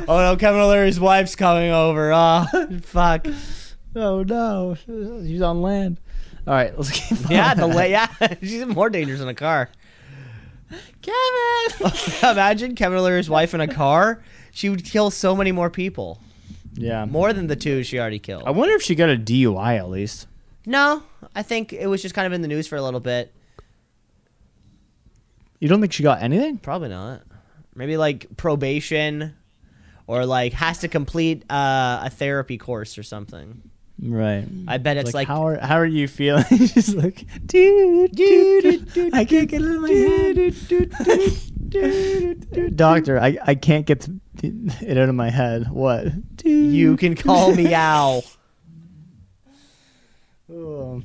Speaker 1: Oh no! Kevin O'Leary's wife's coming over. Oh fuck!
Speaker 2: Oh no, he's on land. All right, let's keep. Going.
Speaker 1: Yeah, the la- yeah, she's more dangerous in a car.
Speaker 2: Kevin.
Speaker 1: Imagine Kevin O'Leary's wife in a car. She would kill so many more people.
Speaker 2: yeah.
Speaker 1: More than the two she already
Speaker 2: I
Speaker 1: killed.
Speaker 2: wonder if she got a DUI at least.
Speaker 1: No, I think it was just kind of in the news for a little bit.
Speaker 2: You don't think she got anything?
Speaker 1: Probably not. Maybe like probation or like has to complete uh, a therapy course or something.
Speaker 2: Right.
Speaker 1: I bet it's like,
Speaker 2: how are how are you feeling? She's like, dude, dude, dude, I can't get it out of my head. Doctor, I, I can't get it out of my head. What? Dude.
Speaker 1: you can call me Al.
Speaker 2: Oh.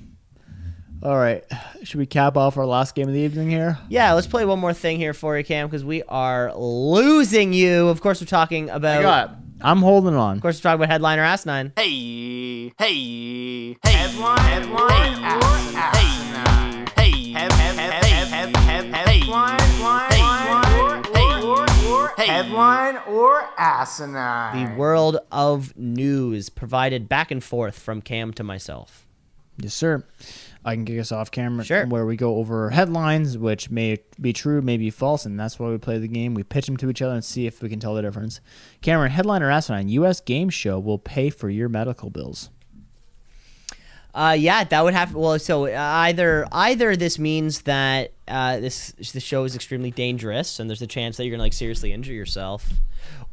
Speaker 2: All right. Should we cap off our last game of the evening here?
Speaker 1: Yeah, let's play one more thing here for you, Cam, because we are losing you. Of course, we're talking about. Of
Speaker 2: I'm holding on.
Speaker 1: course, we're talking about headliner ass nine.
Speaker 6: Hey, hey, hey, headline, headline, headline, headline, hey, head- head- head- head- head- head- headline, headline, hey, hey, headline or asinine.
Speaker 1: The world of news provided back and forth from Cam to myself.
Speaker 2: Yes, sir. I can kick us off camera
Speaker 1: Sure.
Speaker 2: where we go over headlines, which may be true, may be false, and that's why we play the game. We pitch them to each other and see if we can tell the difference. Cameron, headline or asinine, U.S. game show will pay for your medical bills.
Speaker 1: Uh, yeah, that would have. Well, so uh, either either this means that uh, this the show is extremely dangerous, and there's a chance that you're gonna like seriously injure yourself,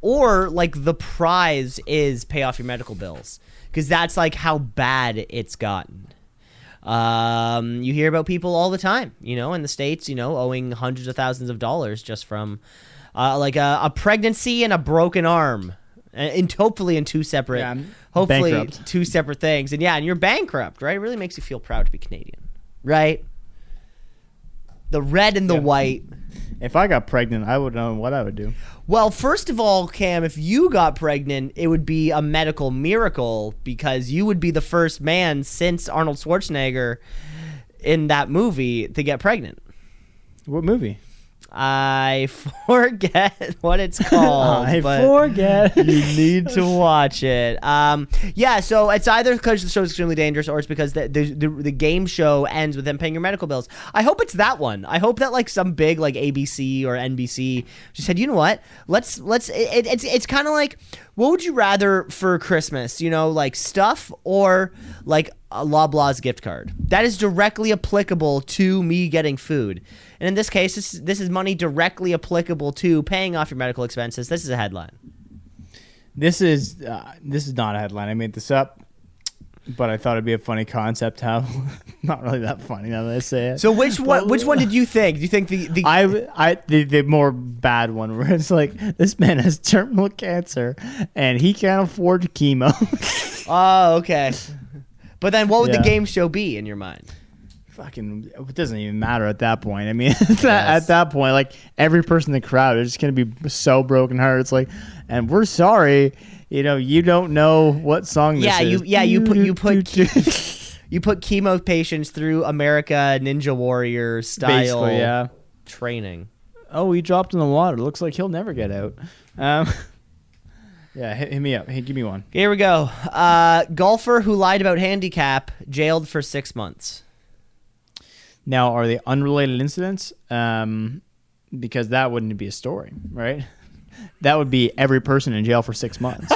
Speaker 1: or like the prize is pay off your medical bills, because that's like how bad it's gotten. Um, you hear about people all the time, you know, in the states, you know, owing hundreds of thousands of dollars just from uh, like a, a pregnancy and a broken arm, and, and hopefully in two separate,
Speaker 2: Yeah, I'm
Speaker 1: hopefully
Speaker 2: bankrupt.
Speaker 1: two separate things. And yeah, and you're bankrupt, right? It really makes you feel proud to be Canadian, right? the red and the white.
Speaker 2: If I got pregnant, I would know what I would do.
Speaker 1: Well, first of all, Cam, if you got pregnant, it would be a medical miracle because you would be the first man since Arnold Schwarzenegger in that movie to get pregnant.
Speaker 2: What movie?
Speaker 1: I forget what it's called.
Speaker 2: I
Speaker 1: but
Speaker 2: forget.
Speaker 1: You need to watch it. Um, yeah, so it's either because the show is extremely dangerous, or it's because the, the the the game show ends with them paying your medical bills. I hope it's that one. I hope that like some big like ABC or NBC just said, you know what? Let's let's. It, it, it's it's kind of like what would you rather for Christmas? You know, like stuff or like a Loblaws gift card. That is directly applicable to me getting food. And in this case, this, this is money directly applicable to paying off your medical expenses. This is a headline.
Speaker 2: This is uh, this is not a headline. I made this up, but I thought it'd be a funny concept. How not really that funny now that I say it.
Speaker 1: So which one? Which one did you think? Do you think the the
Speaker 2: I, I the, the more bad one where it's like this man has terminal cancer and he can't afford chemo.
Speaker 1: Oh, okay. But then, what would
Speaker 2: Yeah.
Speaker 1: the game show be in your mind?
Speaker 2: Fucking, it doesn't even matter at that point. I mean, at that, at that point, like every person in the crowd is just gonna be so broken hearted. It's like, and we're sorry, you know, you don't know what song.
Speaker 1: Yeah,
Speaker 2: this
Speaker 1: you-
Speaker 2: is.
Speaker 1: yeah, you put- you put-
Speaker 2: basically,
Speaker 1: You put chemo patients through America Ninja Warrior style
Speaker 2: yeah.
Speaker 1: training.
Speaker 2: Oh, he dropped in the water. Looks like he'll never get out. Um, yeah, hit, hit me up. Hey, give me one.
Speaker 1: Here we go. Uh, golfer who lied about handicap jailed for six months.
Speaker 2: Now, are they unrelated incidents? Um, because that wouldn't be a story, right? That would be every person in jail for six months.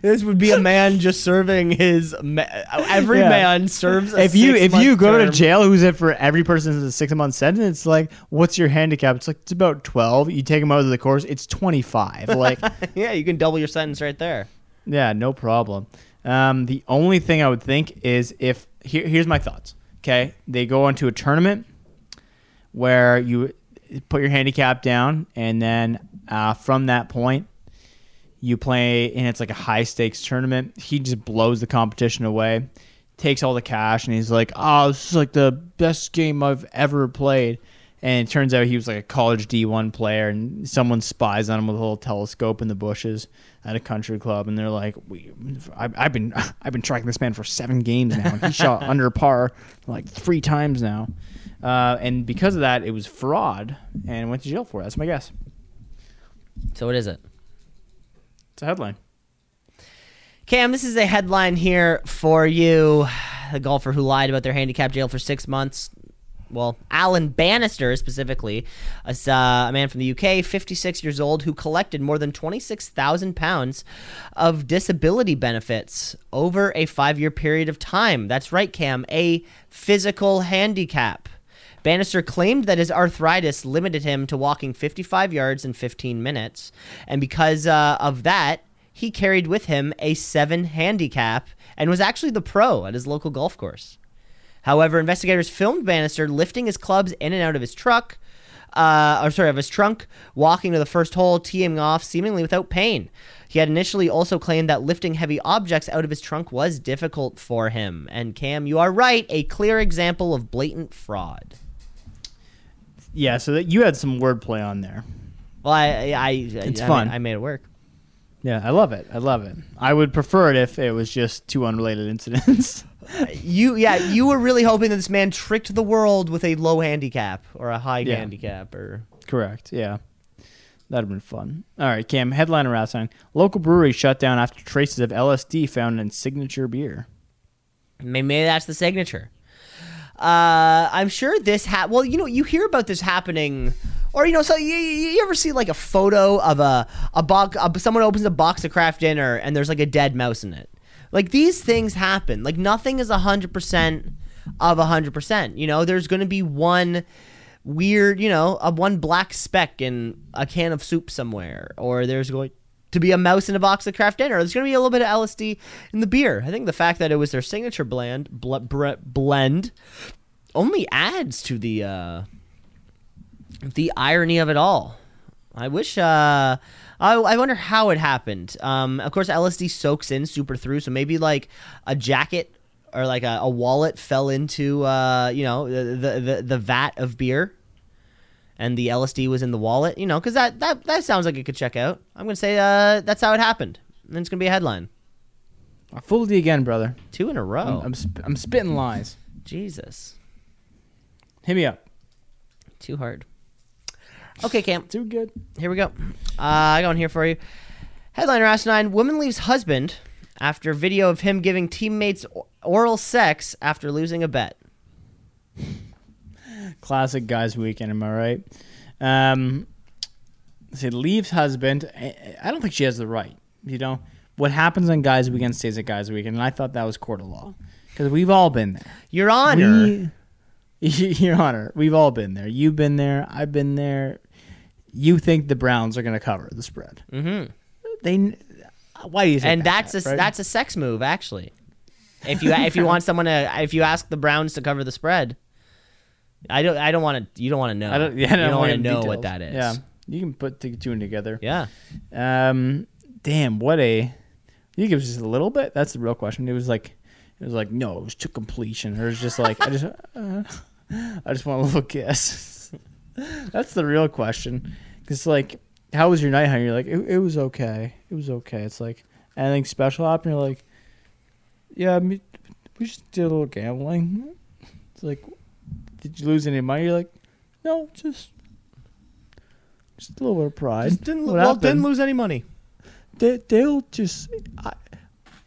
Speaker 1: This would be a man just serving his. Ma- every
Speaker 2: Yeah.
Speaker 1: man serves. A
Speaker 2: if you if you
Speaker 1: six-month
Speaker 2: go to
Speaker 1: term.
Speaker 2: jail, who's it for every person is a six month sentence? It's like, what's your handicap? It's like it's about twelve. You take them out of the course, it's twenty five. Like,
Speaker 1: yeah, you can double your sentence right there.
Speaker 2: yeah, no problem. Um, the only thing I would think is if here, here's my thoughts. Okay, they go into a tournament where you put your handicap down, and then uh, from that point, you play, and it's like a high stakes tournament. He just blows the competition away, takes all the cash, and he's like, "Oh, this is like the best game I've ever played." And it turns out he was like a college D1 player, and someone spies on him with a little telescope in the bushes at a country club, and they're like, we, I, "I've been, I've been tracking this man for seven games now, and he shot under par like three times now." Uh, and because of that, it was fraud and went to jail for it. That's my guess.
Speaker 1: So what is it?
Speaker 2: It's a headline.
Speaker 1: Cam, this is a headline here for you. The golfer who lied about their handicap jail for six months. Well, Alan Bannister specifically, a, s- uh, a man from the UK, 56 years old, who collected more than 26,000 pounds of disability benefits over a five year period of time. That's right, Cam, a physical handicap. Bannister claimed that his arthritis limited him to walking 55 yards in 15 minutes. And because uh, of that, he carried with him a seven handicap and was actually the pro at his local golf course. However, investigators filmed Bannister lifting his clubs in and out of his truck, uh, or sorry, of his trunk, walking to the first hole, teeing off seemingly without pain. He had initially also claimed that lifting heavy objects out of his trunk was difficult for him. And Cam, you are right, a clear example of blatant fraud.
Speaker 2: Yeah, so that you had some wordplay on there.
Speaker 1: Well, I, I, I
Speaker 2: It's
Speaker 1: I-
Speaker 2: fun.
Speaker 1: I made it work.
Speaker 2: Yeah, I love it. I love it. I would prefer it if it was just two unrelated incidents.
Speaker 1: You yeah, you were really hoping that this man tricked the world with a low handicap or a high
Speaker 2: Yeah.
Speaker 1: handicap or
Speaker 2: Correct. Yeah. That'd have been fun. All right, Cam. Headline around sign. Local brewery shut down after traces of LSD found in signature beer.
Speaker 1: May- Maybe that's the signature. Uh, I'm sure this ha- well, you know, you hear about this happening, or you know, so you, you you ever see like a photo of a a box, a, someone opens a box of craft dinner and there's like a dead mouse in it. Like these things happen. Like nothing is hundred percent of hundred percent. You know, there's gonna be one weird, you know, a one black speck in a can of soup somewhere, or there's going to be a mouse in a box of craft dinner. There's going to be a little bit of LSD in the beer. I think the fact that it was their signature blend bl- bre- blend only adds to the uh, the irony of it all. I wish. Uh, I, I wonder how it happened. Um, of course, LSD soaks in super through, so maybe like a jacket or like a, a wallet fell into uh, you know the, the the the vat of beer, and the LSD was in the wallet. You know, because that that that sounds like it could check out. I'm gonna say uh, that's how it happened. And it's gonna be a headline.
Speaker 2: I fooled you again, brother.
Speaker 1: Two in a
Speaker 2: I'm,
Speaker 1: row.
Speaker 2: I'm, sp- I'm spitting lies.
Speaker 1: Jesus,
Speaker 2: Hit me up.
Speaker 1: too hard. Okay, Cam.
Speaker 2: Too good.
Speaker 1: Here we go. Uh, I got one here for you. Headliner asinine: Woman leaves husband after video of him giving teammates o- oral sex after losing a bet.
Speaker 2: Classic guys' weekend. Am I right? Um, she leaves husband. I I don't think she has the right. You know what happens on guys' weekend stays at guys' weekend, and I thought that was court of law because we've all been there.
Speaker 1: Your Honor.
Speaker 2: We, Your Honor, we've all been there. You've been there. I've been there. You think the Browns are going to cover the spread? Mm-hmm. They. Why do you think?
Speaker 1: and that's a
Speaker 2: right?
Speaker 1: that's a sex move actually. If you if you want someone to if you ask the Browns to cover the spread, I don't I don't want to you don't want to know
Speaker 2: I don't. Yeah, I
Speaker 1: you don't
Speaker 2: want
Speaker 1: want to
Speaker 2: any
Speaker 1: know what
Speaker 2: details.
Speaker 1: that is
Speaker 2: Yeah, you can put the two in together.
Speaker 1: yeah
Speaker 2: Um, damn, what a. You give us just a little bit. That's the real question. It was like, it was like no, it was to completion. Or it was just like I just, uh, I just want a little kiss. That's the real question. It's like, how was your night? How you're like, it, it was okay. It was okay. It's like anything special happened. You're like, yeah, I mean, we just did a little gambling. It's like, did you lose any money? You're like, no, just. Just a little bit of pride. What happened?
Speaker 1: lose any money.
Speaker 2: they, they'll just. I,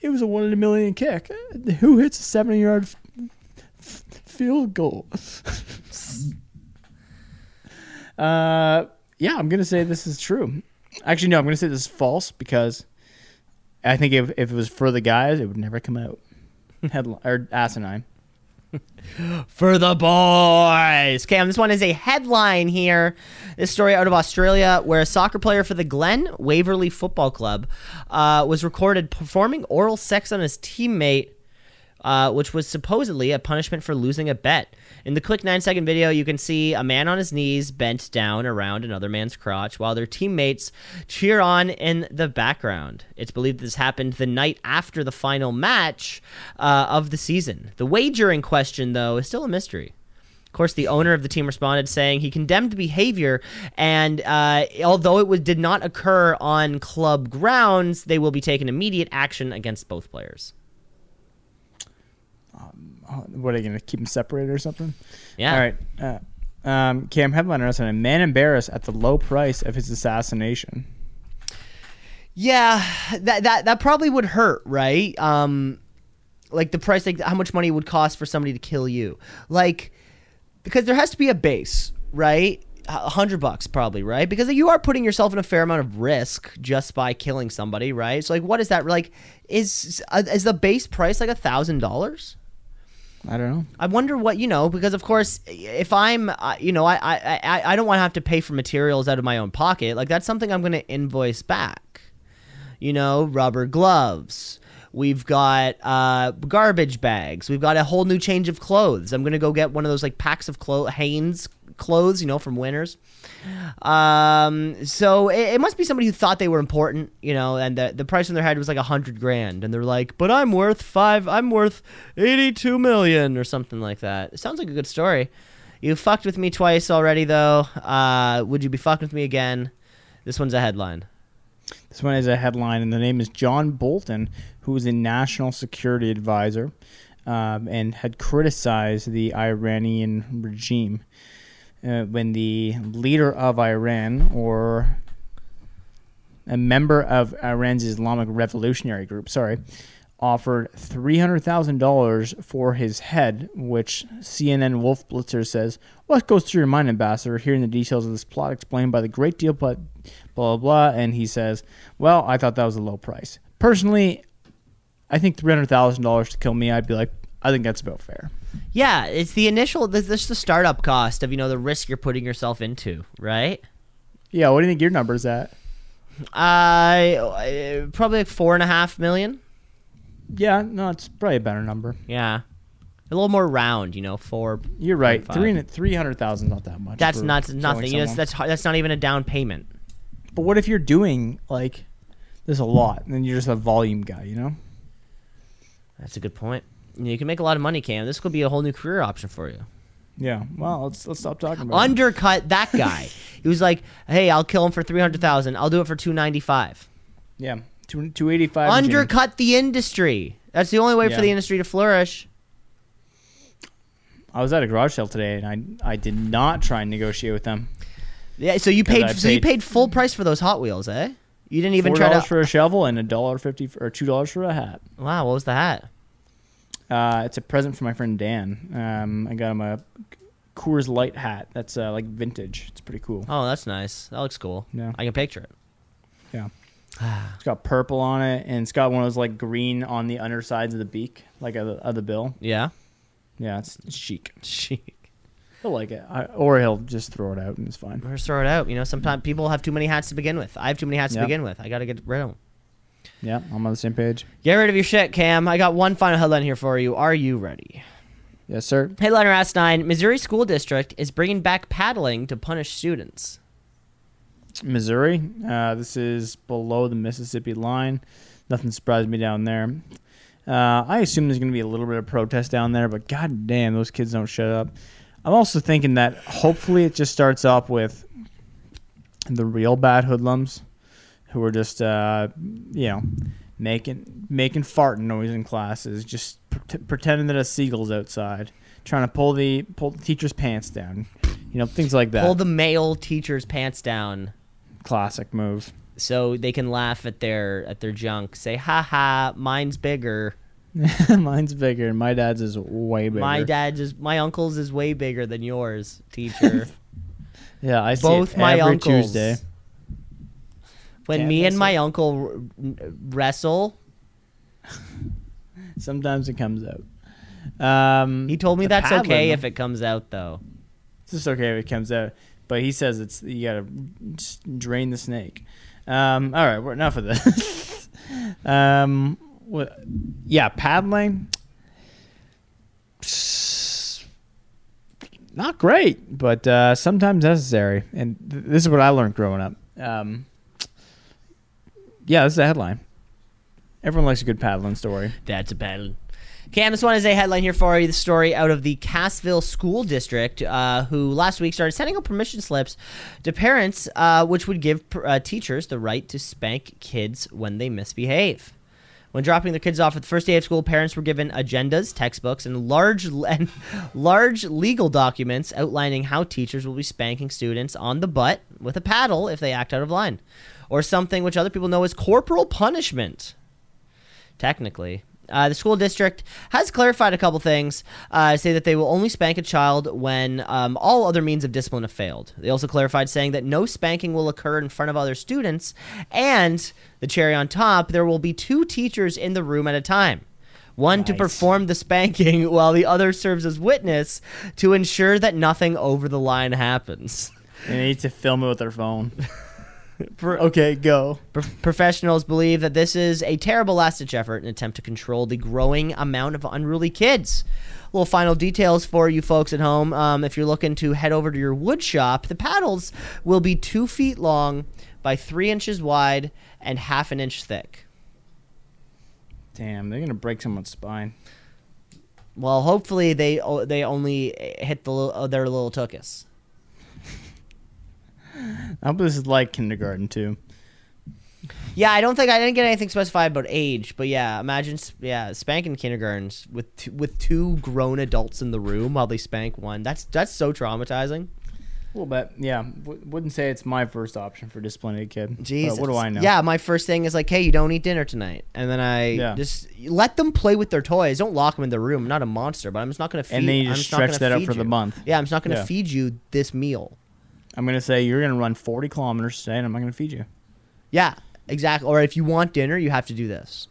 Speaker 2: it was a one in a million kick. Who hits a seventy yard f- f- field goal? uh, yeah, I'm gonna say this is true. Actually, no, I'm gonna say this is false because I think if, if it was for the guys, it would never come out. Headline or asinine.
Speaker 1: for the boys. Okay, um, this one is a headline here. This story out of Australia, where a soccer player for the Glen Waverley Football Club uh, was recorded performing oral sex on his teammate. Uh, which was supposedly a punishment for losing a bet. In the quick nine second video, you can see a man on his knees bent down around another man's crotch while their teammates cheer on in the background. It's believed this happened the night after the final match uh, of the season. The wager in question, though, is still a mystery. Of course, the owner of the team responded saying he condemned behavior, and uh, although it was, did not occur on club grounds, they will be taking immediate action against both players.
Speaker 2: What are you gonna keep them separated or something?
Speaker 1: Yeah.
Speaker 2: All right. Uh, um, Cam headliner asinine. Man embarrassed at the low price of his assassination.
Speaker 1: Yeah, that that that probably would hurt, right? Um, like the price, like how much money it would cost for somebody to kill you, like because there has to be a base, right? A hundred bucks probably, right? Because you are putting yourself in a fair amount of risk just by killing somebody, right? So like, what is that like? Is is the base price like a thousand dollars?
Speaker 2: I don't know.
Speaker 1: I wonder what you know because of course if I'm uh, you know I I I- I don't want to have to pay for materials out of my own pocket like that's something I'm going to invoice back. You know, rubber gloves. We've got uh, garbage bags. We've got a whole new change of clothes. I'm gonna go get one of those like packs of clo- Hanes clothes, you know, from Winners. Um, so it, it must be somebody who thought they were important, you know, and the, the price on their head was like a hundred grand, and they're like, "But I'm worth five. I'm worth eighty-two million or something like that." It sounds like a good story. You fucked with me twice already, though. Uh, would you be fucking with me again? This one's a headline.
Speaker 2: This one is a headline, and the name is John Bolton, who was a national security advisor um, and had criticized the Iranian regime uh, when the leader of Iran or a member of Iran's Islamic Revolutionary Group, sorry, offered $300,000 for his head, which CNN Wolf Blitzer says, What goes through your mind, Ambassador, hearing the details of this plot explained by the great deal, but blah, blah, blah. And he says, Well, I thought that was a low price. Personally, I think $300,000 to kill me, I'd be like, I think that's about fair.
Speaker 1: Yeah, it's the initial. This, this is the startup cost of you know the risk you're putting yourself into, right?
Speaker 2: Yeah, what do you think your number's at?
Speaker 1: Uh, probably like four and a half million.
Speaker 2: Yeah, no, it's probably a better number.
Speaker 1: Yeah, a little more round, you know. Four.
Speaker 2: You're right.
Speaker 1: 0.5.
Speaker 2: Three three hundred thousand, not that much.
Speaker 1: That's
Speaker 2: for
Speaker 1: not
Speaker 2: killing
Speaker 1: nothing. You know,
Speaker 2: someone.
Speaker 1: that's that's that's not even a down payment.
Speaker 2: But what if you're doing like there's a lot, and then you're just a volume guy, you know?
Speaker 1: That's a good point. You, know, you can make a lot of money, Cam. This could be a whole new career option for you.
Speaker 2: Yeah. Well, let's let's stop talking about it.
Speaker 1: Undercut that guy. he was like, "Hey, I'll kill him for three hundred thousand. I'll do it for two ninety five.
Speaker 2: Yeah. Two two eighty five.
Speaker 1: Undercut the industry. That's the only way
Speaker 2: Yeah.
Speaker 1: for the industry to flourish.
Speaker 2: I was at a garage sale today, and I I did not try and negotiate with them.
Speaker 1: Yeah. So you
Speaker 2: 'Cause
Speaker 1: paid,
Speaker 2: I
Speaker 1: So you
Speaker 2: paid-
Speaker 1: paid full price for those Hot Wheels, eh? You didn't even
Speaker 2: Four
Speaker 1: try to.
Speaker 2: dollars for a shovel and a dollar fifty or two dollars for a hat.
Speaker 1: wow. What was the hat?
Speaker 2: Uh, it's a present for my friend Dan. Um, I got him a Coors Light hat. That's uh, like vintage. It's pretty cool.
Speaker 1: Oh, that's nice. That looks cool.
Speaker 2: Yeah.
Speaker 1: I can picture it.
Speaker 2: Yeah. It's got purple on it, and it's got one of those like green on the undersides of the beak, like of the, of the bill.
Speaker 1: Yeah.
Speaker 2: Yeah, it's, it's chic.
Speaker 1: Chic.
Speaker 2: He'll like it, I, or he'll just throw it out and it's fine.
Speaker 1: Or just throw it out. You know, sometimes people have too many hats to begin with. I have too many hats
Speaker 2: Yeah.
Speaker 1: to begin with. I got to get rid of them.
Speaker 2: Yeah, I'm on the same page.
Speaker 1: Get rid of your shit, Cam. I got one final headline here for you. Are you ready?
Speaker 2: Yes, sir.
Speaker 1: Headliner asks nine Missouri school district is bringing back paddling to punish students.
Speaker 2: Missouri. Uh, this is below the Mississippi line. Nothing surprised me down there. Uh, I assume there's going to be a little bit of protest down there, but god damn, those kids don't shut up. I'm also thinking that hopefully it just starts off with the real bad hoodlums who are just, uh, you know, making making farting noise in classes, just pre- pretending that a seagull's outside, trying to pull the pull the teacher's pants down, you know, things like that.
Speaker 1: Pull the male teacher's pants down
Speaker 2: Classic move.
Speaker 1: so they can laugh at their at their junk. Say, ha ha, mine's bigger.
Speaker 2: Mine's bigger, and my dad's is way bigger.
Speaker 1: My dad's is my uncle's is way bigger than yours, teacher.
Speaker 2: Yeah, I see
Speaker 1: both
Speaker 2: it
Speaker 1: my
Speaker 2: every
Speaker 1: uncles.
Speaker 2: Tuesday.
Speaker 1: When
Speaker 2: Can't
Speaker 1: me
Speaker 2: miss
Speaker 1: and my uncle r- n- wrestle,
Speaker 2: Sometimes it comes out. Um,
Speaker 1: he told me
Speaker 2: the
Speaker 1: that's
Speaker 2: paddling,
Speaker 1: okay
Speaker 2: though.
Speaker 1: if it comes out though.
Speaker 2: it's just okay if it comes out, but he says it's you gotta just drain the snake. Um, all right, we're enough of this. um, what, yeah, paddling. Not great, but uh, sometimes necessary. And th- this is what I learned growing up. Um, yeah, this is a headline. Everyone likes a good paddling story.
Speaker 1: That's a battle. Cam, this one is a headline here for you. The story out of the Cassville School District, uh, who last week started sending out permission slips to parents, uh, which would give per- uh, teachers the right to spank kids when they misbehave. When dropping their kids off at the first day of school, parents were given agendas, textbooks, and large and large legal documents outlining how teachers will be spanking students on the butt with a paddle if they act out of line, or something which other people know as corporal punishment technically. Uh, the school district has clarified a couple things, uh, say that they will only spank a child when um, all other means of discipline have failed. They also clarified saying that no spanking will occur in front of other students, and the cherry on top, there will be two teachers in the room at a time. One to
Speaker 2: Nice.
Speaker 1: perform the spanking while the other serves as witness to ensure that nothing over the line happens.
Speaker 2: They need to film it with their phone. okay, go.
Speaker 1: Pro- professionals believe that this is a terrible last ditch effort in an attempt to control the growing amount of unruly kids. Little final details for you folks at home. Um, if you're looking to head over to your wood shop, the paddles will be two feet long by three inches wide and half an inch thick.
Speaker 2: Damn, they're gonna break someone's spine.
Speaker 1: Well, hopefully they o- they only hit the li- uh, their little tuchus.
Speaker 2: I hope this is like kindergarten too.
Speaker 1: Yeah, I don't think I didn't get anything specified about age, but yeah, imagine s- yeah spanking kindergartens with t- with two grown adults in the room while they spank one. That's that's so traumatizing.
Speaker 2: A little bit, yeah. W- wouldn't say it's my first option for disciplining a kid. but
Speaker 1: Jesus,
Speaker 2: what do I know?
Speaker 1: Yeah, my first thing is like, hey, you don't eat dinner tonight, and then I
Speaker 2: Yeah.
Speaker 1: just let them play with their toys. Don't lock them in their room. I'm not a monster, but I'm just not gonna feed.
Speaker 2: And then you
Speaker 1: I'm
Speaker 2: just
Speaker 1: not
Speaker 2: stretch
Speaker 1: gonna
Speaker 2: that out
Speaker 1: feed
Speaker 2: for the
Speaker 1: you.
Speaker 2: month.
Speaker 1: Yeah, I'm just not gonna
Speaker 2: Yeah.
Speaker 1: feed you this meal.
Speaker 2: I'm gonna say you're gonna run 40 kilometers today, and I'm not gonna feed you.
Speaker 1: Yeah, exactly. Or if you want dinner, you have to do this.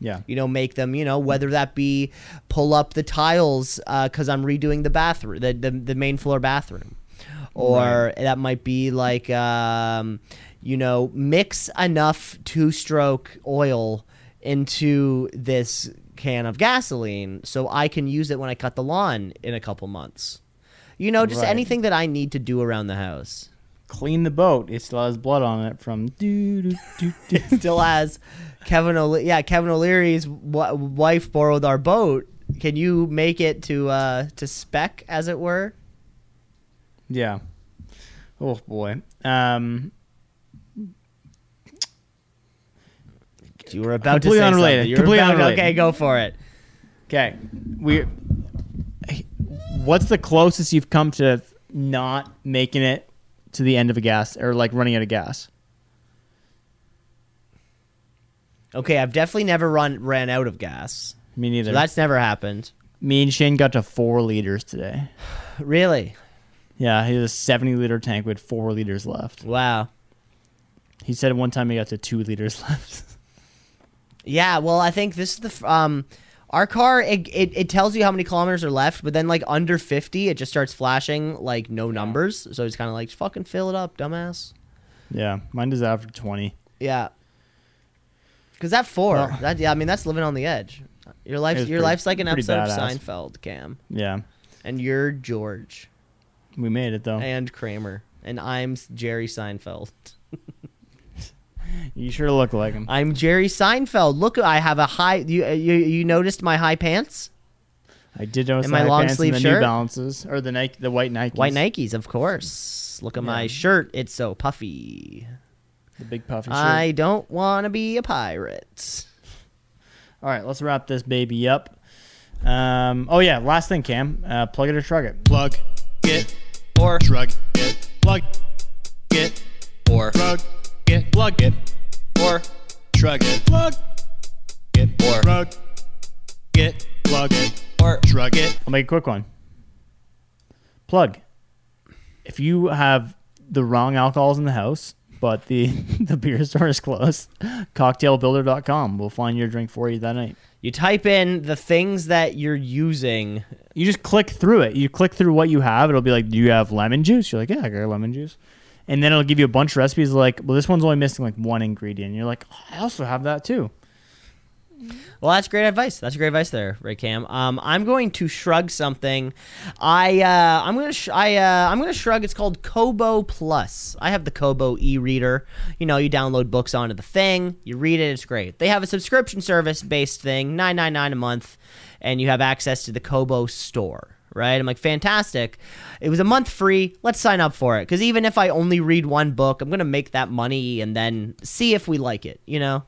Speaker 2: Yeah,
Speaker 1: you know make them you know whether that be pull up the tiles because i'm redoing the bathroom the, the, the main floor bathroom or that might be like um, you know mix enough two stroke oil into this can of gasoline so i can use it when i cut the lawn in a couple months you know just
Speaker 2: Right.
Speaker 1: anything that i need to do around the house
Speaker 2: clean the boat. It still has blood on it from. doo doo doo doo.
Speaker 1: still has Kevin O'Leary. Yeah, Kevin O'Leary's w- wife borrowed our boat Can you make it to uh, to spec, as it were?
Speaker 2: Yeah. Oh boy. Um,
Speaker 1: You were about
Speaker 2: Completely
Speaker 1: to say
Speaker 2: unrelated,
Speaker 1: something. You were
Speaker 2: completely
Speaker 1: about-
Speaker 2: unrelated.
Speaker 1: Okay, go for it.
Speaker 2: okay. We. What's the closest you've come to not making it to the end of a gas or like running out of gas?
Speaker 1: Okay, I've definitely never run ran out of gas.
Speaker 2: Me
Speaker 1: So
Speaker 2: neither.
Speaker 1: that's never happened.
Speaker 2: Me and Shane got to four liters today.
Speaker 1: Really?
Speaker 2: Yeah, he had a 70 liter tank with four liters left.
Speaker 1: Wow.
Speaker 2: He said one time he got to two liters left.
Speaker 1: Yeah, well, I think this is the f- um, our car. It, it it tells you how many kilometers are left, but then like under fifty, it just starts flashing like no numbers. So it's kind of like fucking fill it up, dumbass.
Speaker 2: yeah, mine is after 20.
Speaker 1: Yeah. Cause that four,
Speaker 2: Well-
Speaker 1: that yeah, I mean that's living on the edge. Your life, your
Speaker 2: It was pretty-
Speaker 1: life's like an
Speaker 2: pretty
Speaker 1: episode of
Speaker 2: badass.
Speaker 1: Seinfeld, Cam,
Speaker 2: Yeah,
Speaker 1: and you're George
Speaker 2: we made it though.
Speaker 1: and Kramer, and I'm S- Jerry Seinfeld.
Speaker 2: You sure look like him.
Speaker 1: I'm Jerry Seinfeld. Look, I have a high. You uh, you, you noticed my high pants,
Speaker 2: I did notice
Speaker 1: And my
Speaker 2: the high
Speaker 1: long
Speaker 2: pants
Speaker 1: sleeve
Speaker 2: and the
Speaker 1: shirt?
Speaker 2: New Balances or the Nike, the white Nike,
Speaker 1: white Nikes, of course. Look at my
Speaker 2: Yeah.
Speaker 1: shirt; it's so puffy.
Speaker 2: the big puffy shirt.
Speaker 1: I don't want to be a pirate.
Speaker 2: All right, let's wrap this baby up. Um, oh yeah, last thing, Cam, uh, plug it or shrug it.
Speaker 7: plug it or shrug it plug it or shrug it plug it or shrug it plug it or shrug it plug it or shrug it
Speaker 2: I'll make a quick one. Plug. If you have the wrong alcohols in the house, but the the beer store is closed, cocktailbuilder.com will find your drink for you that night.
Speaker 1: You type in the things that you're using.
Speaker 2: You just click through it. You click through what you have. It'll be like, do you have lemon juice? You're like, yeah, I got lemon juice. And then it'll give you a bunch of recipes like, well, this one's only missing like one ingredient. You're like, oh, I also have that too.
Speaker 1: Well, that's great advice. That's great advice there, Ray Cam. Um, I'm going to shrug something. I uh, I'm gonna sh- I uh, I'm gonna shrug. It's called Kobo Plus. I have the Kobo e-reader. You know, you download books onto the thing, you read it. It's great. They have a subscription service based thing, nine nine nine a month, and you have access to the Kobo store. Right? I'm like, fantastic. It was a month free. Let's sign up for it. Because even if I only read one book, I'm going to make that money and then see if we like it, you know?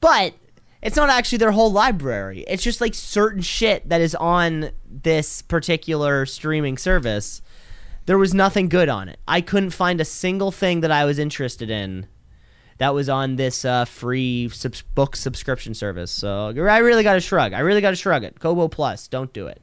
Speaker 1: but it's not actually their whole library. It's just like certain shit that is on this particular streaming service. There was nothing good on it. I couldn't find a single thing that I was interested in that was on this uh, free subs- book subscription service. So I really got to shrug. I really got to shrug it. Kobo Plus, don't do it.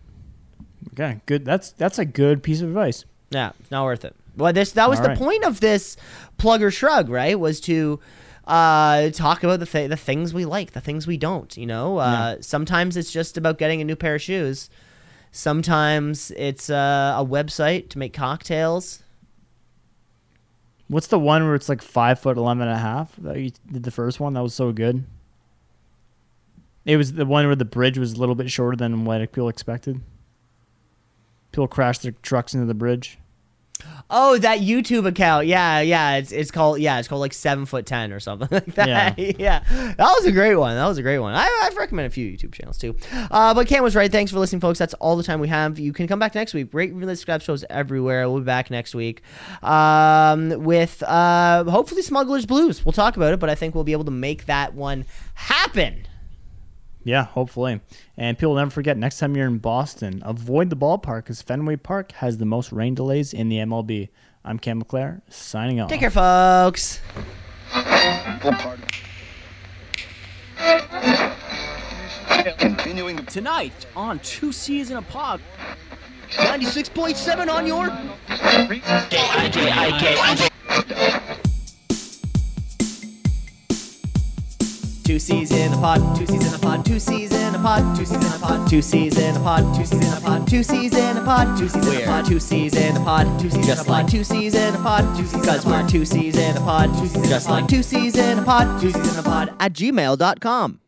Speaker 2: Okay, good. That's that's a good piece of advice.
Speaker 1: Yeah, it's not worth it. Well, this that was
Speaker 2: All
Speaker 1: the
Speaker 2: right.
Speaker 1: point of this plug or shrug, right? Was to uh, talk about the th- the things we like, the things we don't. You know, uh, sometimes it's just about getting a new pair of shoes. Sometimes it's uh, a website to make cocktails.
Speaker 2: What's the one where it's like five foot eleven and a half? That you did the first one that was so good. It was the one where the bridge was a little bit shorter than what people expected. People crashed their trucks into the bridge.
Speaker 1: Oh, that YouTube account. Yeah, yeah. It's it's called yeah. It's called like seven foot ten or something like that. Yeah. that was a great one. That was a great one. I, I've recommended a few YouTube channels too. Uh, but Cam was right. Thanks for listening, folks. That's all the time we have. You can come back next week. Rate, review, and subscribe shows everywhere. We'll be back next week um, with uh, hopefully Smuggler's Blues. We'll talk about it, but I think we'll be able to make that one happen.
Speaker 2: Yeah, hopefully. And people never forget next time you're in Boston, avoid the ballpark because Fenway Park has the most rain delays in the MLB. I'm Cam McClare, signing off.
Speaker 1: Take care, folks.
Speaker 7: continuing the
Speaker 4: Tonight on Two Seas in a Pod.
Speaker 1: Ninety six point seven on your.
Speaker 5: Two C's in a pod, two C's in a pod, two C's in a pod, two C's in a pod, two C's in a pod, two C's in a pod, two C's in a pod, two C's in a pod, two C's in a pod, two C's just like two C's in a pod, two C's cause we're two C's in a pod, two C's just like two C's in a pod, two C's in a pod.
Speaker 1: at gmail.com.